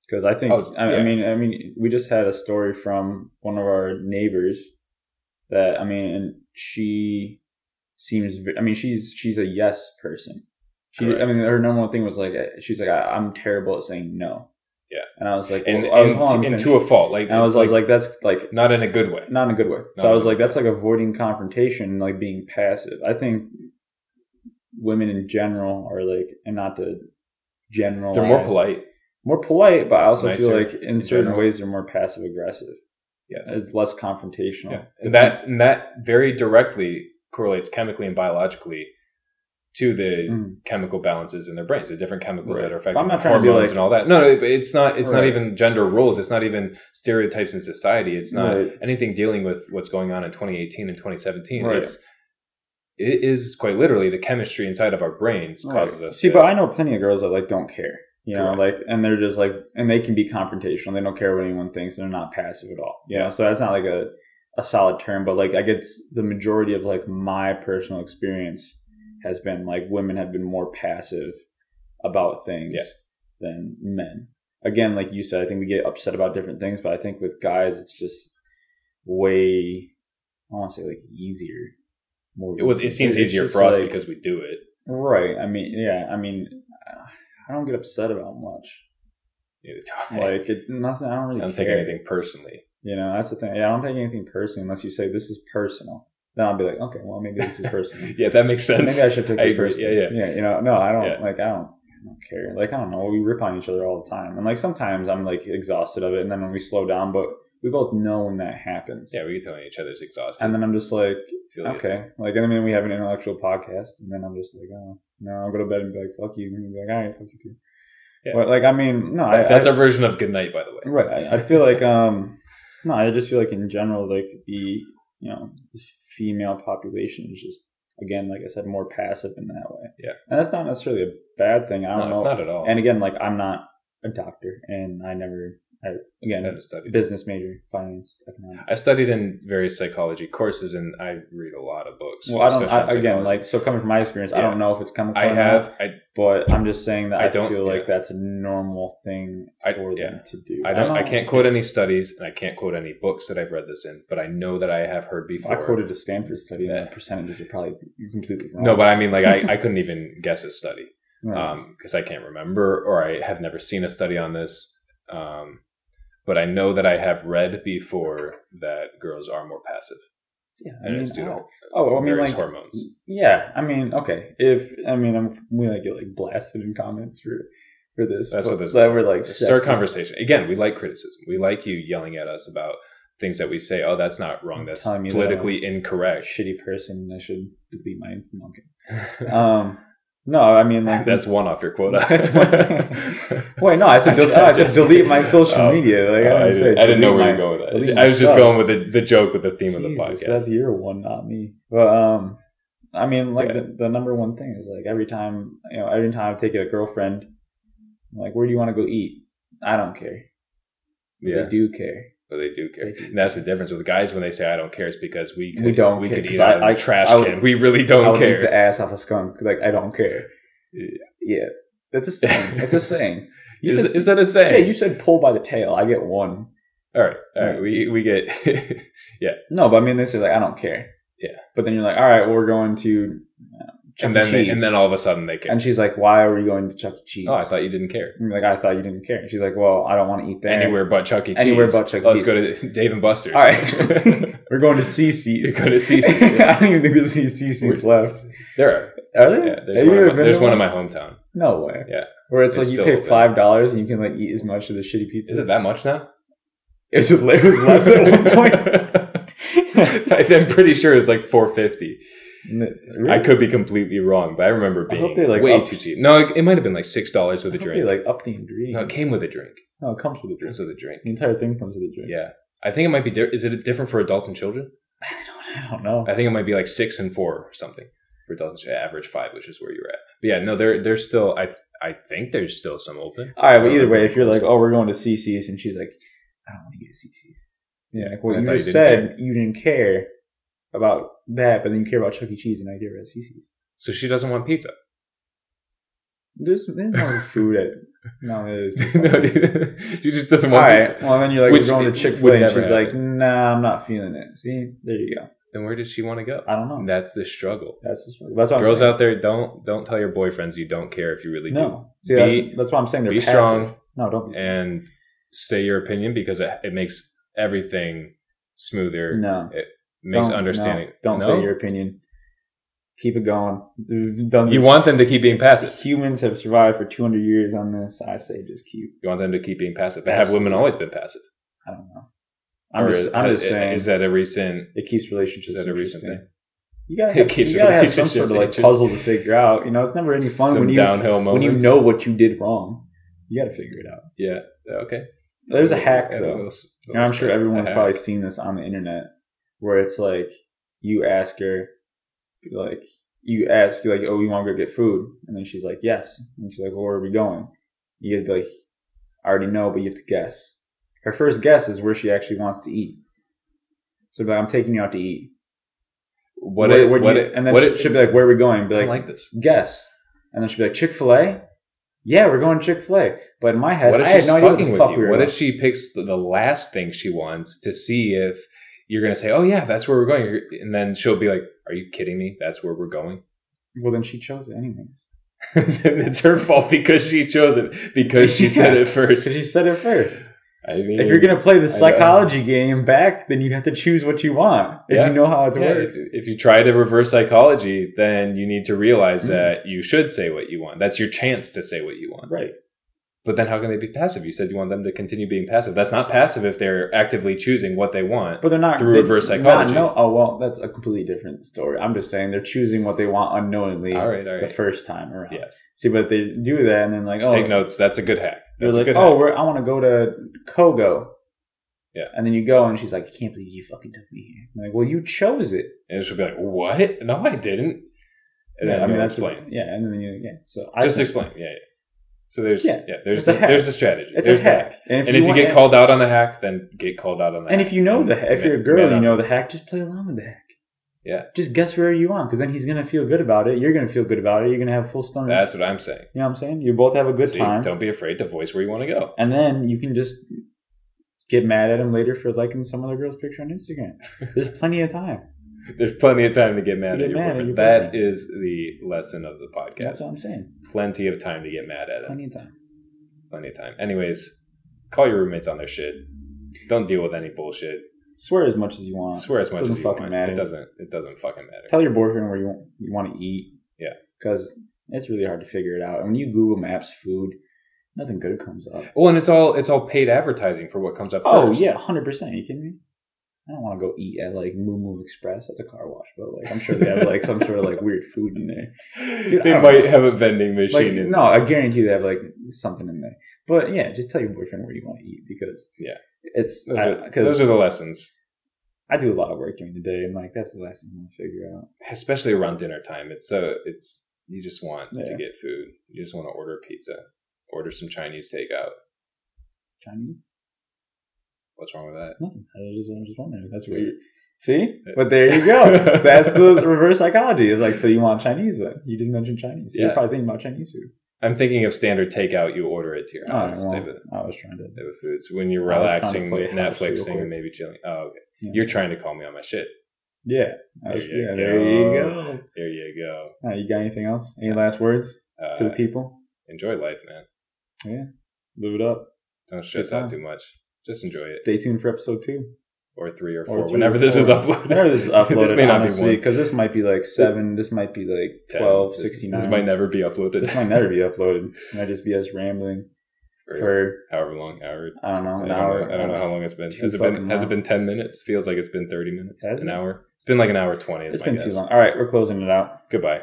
S1: because I think
S2: Oh,
S1: I,
S2: yeah.
S1: I mean I mean we just had a story from one of our neighbors that I mean and she seems ve- I mean she's she's a yes person. She I
S2: Correct.
S1: mean her number one thing was like eh, she's like I, I'm terrible at saying no.
S2: Yeah.
S1: And I was like
S2: and,
S1: well, I was
S2: and,
S1: hold on,
S2: to, and
S1: finish.
S2: to a fault. Like
S1: And I was I was like that's like
S2: not in a good way.
S1: not in a good way.
S2: Not
S1: So
S2: in
S1: I
S2: a
S1: was
S2: good
S1: like, that's like avoiding confrontation, like being passive. I think women in general are like, and not to general.
S2: They're more polite.
S1: more polite, but I also feel
S2: Nicer
S1: like in
S2: in
S1: certain
S2: general.
S1: ways they're more passive aggressive.
S2: Yes.
S1: It's less confrontational.
S2: Yeah. And that and that very directly correlates chemically and biologically to the
S1: Mm.
S2: chemical balances in their brains, the different chemicals
S1: Right.
S2: that are affecting
S1: I'm not
S2: their
S1: trying to be
S2: hormones
S1: like-
S2: and all that. No, no, but it's not. It's not
S1: Right.
S2: even gender roles. It's not even stereotypes in society. It's not
S1: Right.
S2: anything dealing with what's going on in 2018 and 2017.
S1: Right.
S2: It's it is quite literally the chemistry inside of our brains causes
S1: Right.
S2: us.
S1: See,
S2: to,
S1: but I know plenty of girls that like don't care. You know,
S2: Correct.
S1: like, and they're just like, and they can be confrontational. They don't care what anyone thinks, and they're not passive at all. You know, so that's not like a a solid term, but like I guess the majority of like my personal experience has been like women have been more passive about things
S2: Yeah.
S1: than men. Again, like you said, I think we get upset about different things, but I think with guys, it's just way I want to say like easier. More
S2: it, was, it seems
S1: it's
S2: easier
S1: just
S2: for us
S1: like-
S2: because we do it.
S1: Right. I mean, yeah. I mean, I don't get upset about much. Like it, nothing. I don't
S2: I
S1: really.
S2: don't
S1: care.
S2: take anything personally.
S1: You know, that's the thing. Yeah, I don't take anything personally unless you say this is personal. Then I'll be like, okay, well, maybe this is personal.
S2: Yeah, that makes sense.
S1: maybe I should take
S2: I
S1: this
S2: agree.
S1: personally.
S2: Yeah,
S1: yeah. You know, no, I don't
S2: Yeah.
S1: like. I don't. I don't care. Like I don't know. We rip on each other all the time, and like sometimes I'm like exhausted of it, and then when we slow down, but we both know when that happens.
S2: Yeah, we can tell each other's exhausted.
S1: And then I'm just like,
S2: Feel you.
S1: okay, like I mean, we have an intellectual podcast, and then I'm just like, oh no, I'll go to bed and be like, fuck you, and you'll be like, all right, fuck you too.
S2: Yeah.
S1: But like, I mean, no, I,
S2: That- That's
S1: I,
S2: our version of good night, by the way.
S1: right. I, I feel like, um, no, I just feel like in general, like the you know the female population is just again, like I said, more passive in that way.
S2: Yeah.
S1: and that's not necessarily a bad thing. I
S2: No,
S1: don't
S2: it's
S1: know.
S2: not at all.
S1: And again, like I'm not a doctor, and I never
S2: I
S1: Again,
S2: haven't studied.
S1: business major, finance, economics.
S2: I studied in various psychology courses, and I read a lot of books.
S1: Well, I don't.
S2: especially
S1: I,
S2: in
S1: again,
S2: psychology.
S1: like so, coming from my experience, I
S2: Yeah.
S1: don't know if it's chemical.
S2: I
S1: or not,
S2: have. I
S1: but I'm just saying that I,
S2: I don't-
S1: feel like
S2: yeah.
S1: that's a normal thing
S2: I-
S1: for
S2: yeah.
S1: them to do.
S2: I don't. I can't quote any studies, and I can't quote any books that I've read this in. But I know that I have heard before.
S1: I quoted a Stanford study, and the percentages are probably you're completely wrong.
S2: No, but I um, mean, like I, I couldn't even guess a study
S1: Right.
S2: because I can't remember, or I have never seen a study on this. Um, but I know that I have read before that girls are more passive.
S1: yeah, I
S2: And
S1: mean,
S2: it's due to
S1: oh, oh, I mean,
S2: various
S1: like,
S2: hormones.
S1: yeah, I mean, okay, if I mean, I'm we like get like blasted in comments for for this.
S2: That's
S1: but
S2: what this is.
S1: that we're like
S2: It's our
S1: sexist.
S2: conversation again. We like criticism. We like you yelling at us about things that we say. Oh, that's not wrong. That's
S1: Telling me that
S2: politically incorrect.
S1: shitty person. I should delete my no, okay. Um, no, I mean, like
S2: that's one off your quota.
S1: That's one- Wait, no, I said, del- I said
S2: Just-
S1: delete my social
S2: Oh.
S1: media. Like,
S2: Oh,
S1: I,
S2: I,
S1: didn't say
S2: didn't, I didn't know
S1: delete
S2: where
S1: my-
S2: you were going with
S1: delete
S2: that. I was just
S1: myself.
S2: going with the, the joke with the theme of the
S1: Jesus,
S2: podcast.
S1: That's your one, not me. But um, I mean, like
S2: Yeah.
S1: the, the number one thing is like every time you know, every time I take a girlfriend, I'm like, where do you want to go eat? I don't care.
S2: Yeah,
S1: They do care.
S2: but they do care.
S1: They do.
S2: And that's the difference with guys when they say "I don't care" is because we could,
S1: We don't
S2: we
S1: care,
S2: could
S1: 'cause
S2: eat out of
S1: I- I-
S2: a trash
S1: I would-
S2: can. We really
S1: I
S2: don't
S1: would eat the
S2: care.
S1: ass off a skunk. Like I don't care.
S2: Yeah.
S1: Yeah, that's a saying. It's a saying. You
S2: Is,
S1: said,
S2: is that a
S1: yeah,
S2: saying?
S1: you said pull by the tail. I get one.
S2: all right, all right. We we get
S1: No, but I mean, this is like I don't care.
S2: Yeah.
S1: But then you're like, all right, we're going to uh, Chuck
S2: and then
S1: E.
S2: they,
S1: Cheese.
S2: and then all of a sudden they care.
S1: And she's like, why are we going to Chuck E. Cheese?
S2: oh, I thought you didn't care.
S1: And you're like, I thought you didn't care. And she's like, well, I don't want to eat there.
S2: Anywhere but Chuck E. Cheese.
S1: Anywhere but Chuck E.
S2: Let's
S1: Cheese.
S2: go to Dave and Buster's.
S1: All right. We're going to
S2: you
S1: CC's.
S2: go to CC.
S1: I don't even think there's any CC's left.
S2: There are.
S1: Are there?
S2: Yeah,
S1: Have
S2: there's,
S1: you
S2: one,
S1: ever
S2: of my,
S1: been
S2: there's
S1: to
S2: one in my hometown.
S1: No way.
S2: Yeah.
S1: Where it's,
S2: It's
S1: like you
S2: still
S1: pay
S2: open.
S1: five dollars and you can like eat as much of the shitty pizza.
S2: Is it that much now?
S1: It was, it was less at one point.
S2: I'm pretty sure it was like 450.
S1: Really?
S2: I could be completely wrong, but I remember
S1: I
S2: being
S1: hope they, like,
S2: way
S1: upped-
S2: too cheap. No, it, it might have been like six dollars with
S1: I
S2: a
S1: hope
S2: drink.
S1: they, like up the ingredients.
S2: no, it came with a drink.
S1: No, it comes with a
S2: It
S1: drink.
S2: comes with a drink.
S1: The entire thing comes with a drink.
S2: Yeah, I think it might be. Di- is it different for adults and children?
S1: I don't know.
S2: I think it might be like six and four or something for adults. And children. Average five, which is where you're at. But yeah, no, there, there's still. I, I think there's still some open.
S1: All right, but
S2: Um,
S1: either way, if you're like, oh, we're going to CC's, and she's like, I don't want to get to CC's. Yeah, like, well,
S2: I
S1: you
S2: thought you
S1: just
S2: didn't
S1: said you didn't care about that, but then you care about Chuck E. Cheese, and I care about CC's.
S2: So she doesn't want pizza.
S1: There's, there's no food at no. There's just
S2: no, she just doesn't
S1: E. all
S2: want pizza.
S1: right. Well, then you're like,
S2: Which
S1: we're going to
S2: it
S1: Chick Fil A,
S2: would
S1: and
S2: never
S1: she's like, Nah, I'm not feeling it. See, there you go.
S2: Then where does she want to go?
S1: I don't know.
S2: That's the struggle.
S1: That's just, that's what I'm
S2: Girls
S1: saying.
S2: out there, don't don't tell your boyfriends you don't care if you really
S1: No, see,
S2: Be-
S1: that, that's why I'm saying
S2: do.
S1: they're
S2: Be
S1: passive.
S2: strong
S1: No, don't be. Strong.
S2: and say your opinion because it, it makes everything smoother.
S1: no,
S2: makes
S1: don't- no,
S2: understanding.
S1: don't
S2: No?
S1: say your opinion. Keep it going. We've done
S2: You
S1: this-
S2: want them to keep being passive.
S1: humans have survived for 200 years on this. I say just keep.
S2: You want them to keep being passive. But have women always been passive?
S1: I don't know. I'm
S2: Or
S1: just,
S2: is-
S1: I'm just
S2: is-
S1: saying
S2: Is that a recent?
S1: it keeps relationships.
S2: is that a recent
S1: interesting.
S2: thing?
S1: You gotta,
S2: It
S1: have,
S2: keeps
S1: you gotta have some
S2: relationships
S1: sort of like
S2: interesting.
S1: puzzle to figure out. You know, it's never any fun
S2: some
S1: when you
S2: downhill
S1: when
S2: moments.
S1: you know what you did wrong. You gotta figure it out.
S2: Yeah. Okay.
S1: There's a hack
S2: Yeah,
S1: though,
S2: those-
S1: and I'm sure
S2: those-
S1: everyone's
S2: a hack.
S1: probably seen this on the internet, where it's like you ask her, like you ask like, oh, you want to go get food, and then she's like, yes, and she's like, well, where are we going? You have to be like, I already know, but you have to guess. Her first guess is where she actually wants to eat. So be like, I'm taking you out to eat.
S2: What?
S1: Where-
S2: it-
S1: where do
S2: what?
S1: you-
S2: it-
S1: and then
S2: what
S1: she,
S2: it-
S1: she'll be like, where are we going? Be
S2: I
S1: like,
S2: like this.
S1: guess. And then she'll be like, Chick Fil A. Yeah, we're going Chick Fil A. But in my head,
S2: What if
S1: I
S2: she's
S1: had no idea what
S2: fucking
S1: the
S2: with
S1: fuck
S2: you?
S1: we were.
S2: what
S1: going.
S2: if she picks the, the last thing she wants to see if you're going to say, "Oh yeah, that's where we're going," and then she'll be like, "Are you kidding me? That's where we're going."
S1: well, then she chose it anyways.
S2: and it's her fault because she chose it because she said it first.
S1: Because she said it first.
S2: I mean,
S1: If you're gonna play the
S2: know.
S1: psychology game back, then you have to choose what you want. If
S2: Yeah.
S1: you know how it
S2: yeah,
S1: works.
S2: if, if you try to reverse psychology, then you need to realize
S1: Mm-hmm.
S2: that you should say what you want. That's your chance to say what you want.
S1: Right.
S2: But then, how can they be passive? You said you want them to continue being passive. That's not passive if they're actively choosing what they want.
S1: But they're not
S2: Through
S1: they-
S2: reverse
S1: not
S2: psychology.
S1: know- oh well, that's a completely different story. I'm just saying they're choosing what they want unknowingly
S2: all right, all
S1: the
S2: right.
S1: first time around.
S2: Yes.
S1: See, but they do that and then like, oh,
S2: Take notes. That's a good hack.
S1: they're
S2: That's a
S1: like,
S2: good hack.
S1: oh, we're, I want to go to Kogo.
S2: Yeah.
S1: And then you go and she's like, I can't believe you fucking took me here. I'm like, well, you chose it.
S2: And she'll be like, "What? No, I didn't." And
S1: Yeah,
S2: then I mean,
S1: that's
S2: explain.
S1: What, yeah, and then you yeah. So I
S2: Just
S1: think-
S2: explain. Yeah, yeah. So there's yeah,
S1: Yeah.
S2: there's
S1: It's a
S2: a,
S1: hack.
S2: there's a strategy.
S1: It's
S2: there's
S1: a
S2: the
S1: hack. And
S2: And if you
S1: want-
S2: get called out on the hack, then get called out on the
S1: and
S2: hack.
S1: if you know the hack, if you're a girl,
S2: man
S1: and you
S2: up.
S1: know the hack. Just play along with the hack.
S2: Yeah.
S1: Just guess where you want, because then he's gonna feel good about it. You're gonna feel good about it. You're gonna have full stomach.
S2: That's what I'm saying.
S1: you know what I'm saying? You both have a good
S2: See,
S1: time,
S2: Don't be afraid to voice where you want to go.
S1: and then you can just get mad at him later for liking some other girl's picture on Instagram. There's plenty of time.
S2: There's plenty of time to get mad
S1: To get
S2: at your
S1: mad at
S2: boyfriend.
S1: your
S2: That
S1: boyfriend.
S2: is the lesson of the
S1: That's
S2: podcast.
S1: what I'm saying.
S2: Plenty of time to get mad at it.
S1: Plenty of time.
S2: Plenty of time. Anyways, call your roommates on their shit. Don't deal with any bullshit.
S1: Swear as much as you want.
S2: Swear as much
S1: doesn't
S2: as you
S1: fucking
S2: want.
S1: matter.
S2: It doesn't. It doesn't fucking matter.
S1: Tell your boyfriend where you want, you want to eat.
S2: Yeah.
S1: Because it's really hard to figure it out. And when you Google Maps food, nothing good comes up.
S2: Well, and it's all it's all paid advertising for what comes up.
S1: Oh
S2: first.
S1: yeah, hundred percent. You kidding me? I don't want to go eat at like Moo Moo Express. That's a car wash, but like I'm sure they have like some sort of like weird food in there. Dude,
S2: they
S1: I don't
S2: might
S1: know.
S2: have a vending machine.
S1: Like
S2: in
S1: no, I guarantee they have like something in there. But yeah, just tell your boyfriend where you want to eat because
S2: Yeah.
S1: it's
S2: Those are, those
S1: because
S2: are the lessons,
S1: I, do a lot of work during the day, and like that's the last thing I want to figure out.
S2: especially around dinner time. It's so it's you just want to
S1: Yeah.
S2: get food. You just want to order pizza, order some Chinese takeout.
S1: Chinese?
S2: What's wrong with that?
S1: Nothing. I was just, I was just wondering. That's weird. See, but there you go. That's the reverse psychology. It's like so you want Chinese then? You just mentioned Chinese. So
S2: Yeah.
S1: You're probably thinking about Chinese food.
S2: I'm thinking of standard takeout. You order it to your
S1: Oh,
S2: house.
S1: well,
S2: type, of,
S1: I was trying to.
S2: type of foods when you're
S1: I was trying to
S2: relaxing,
S1: play house real
S2: Netflixing,
S1: quick.
S2: and maybe chilling. Oh, okay.
S1: Yeah.
S2: You're trying to call me on my shit.
S1: Yeah. I
S2: There
S1: was-
S2: you
S1: yeah, there you
S2: go.
S1: go.
S2: There you go.
S1: Now, you got anything else? Any last words
S2: Uh,
S1: to the people?
S2: enjoy life, man.
S1: Live it up.
S2: Don't stress
S1: Good
S2: out
S1: time.
S2: too much. Just enjoy it.
S1: Stay tuned for episode two.
S2: Or three or
S1: Or
S2: four.
S1: three or
S2: whenever this is
S1: four.
S2: uploaded.
S1: Whenever this is uploaded,
S2: this may not
S1: honestly,
S2: be one.
S1: because this might be like seven. This might be like
S2: 10.
S1: 12,
S2: This-
S1: 69.
S2: This might never be uploaded.
S1: This might never be uploaded. It might just be us rambling
S2: Or
S1: for,
S2: however long, hour.
S1: I don't know,
S2: I
S1: an
S2: don't,
S1: hour.
S2: know, I don't know how long it's been.
S1: Too
S2: Has it been?
S1: fucking
S2: Has it
S1: long.
S2: been ten minutes? Feels like it's been thirty minutes.
S1: Has
S2: an
S1: it?
S2: hour. It's been like an hour twenty. Is
S1: It's
S2: my
S1: been
S2: guess.
S1: too long. All right, we're closing it out.
S2: Goodbye.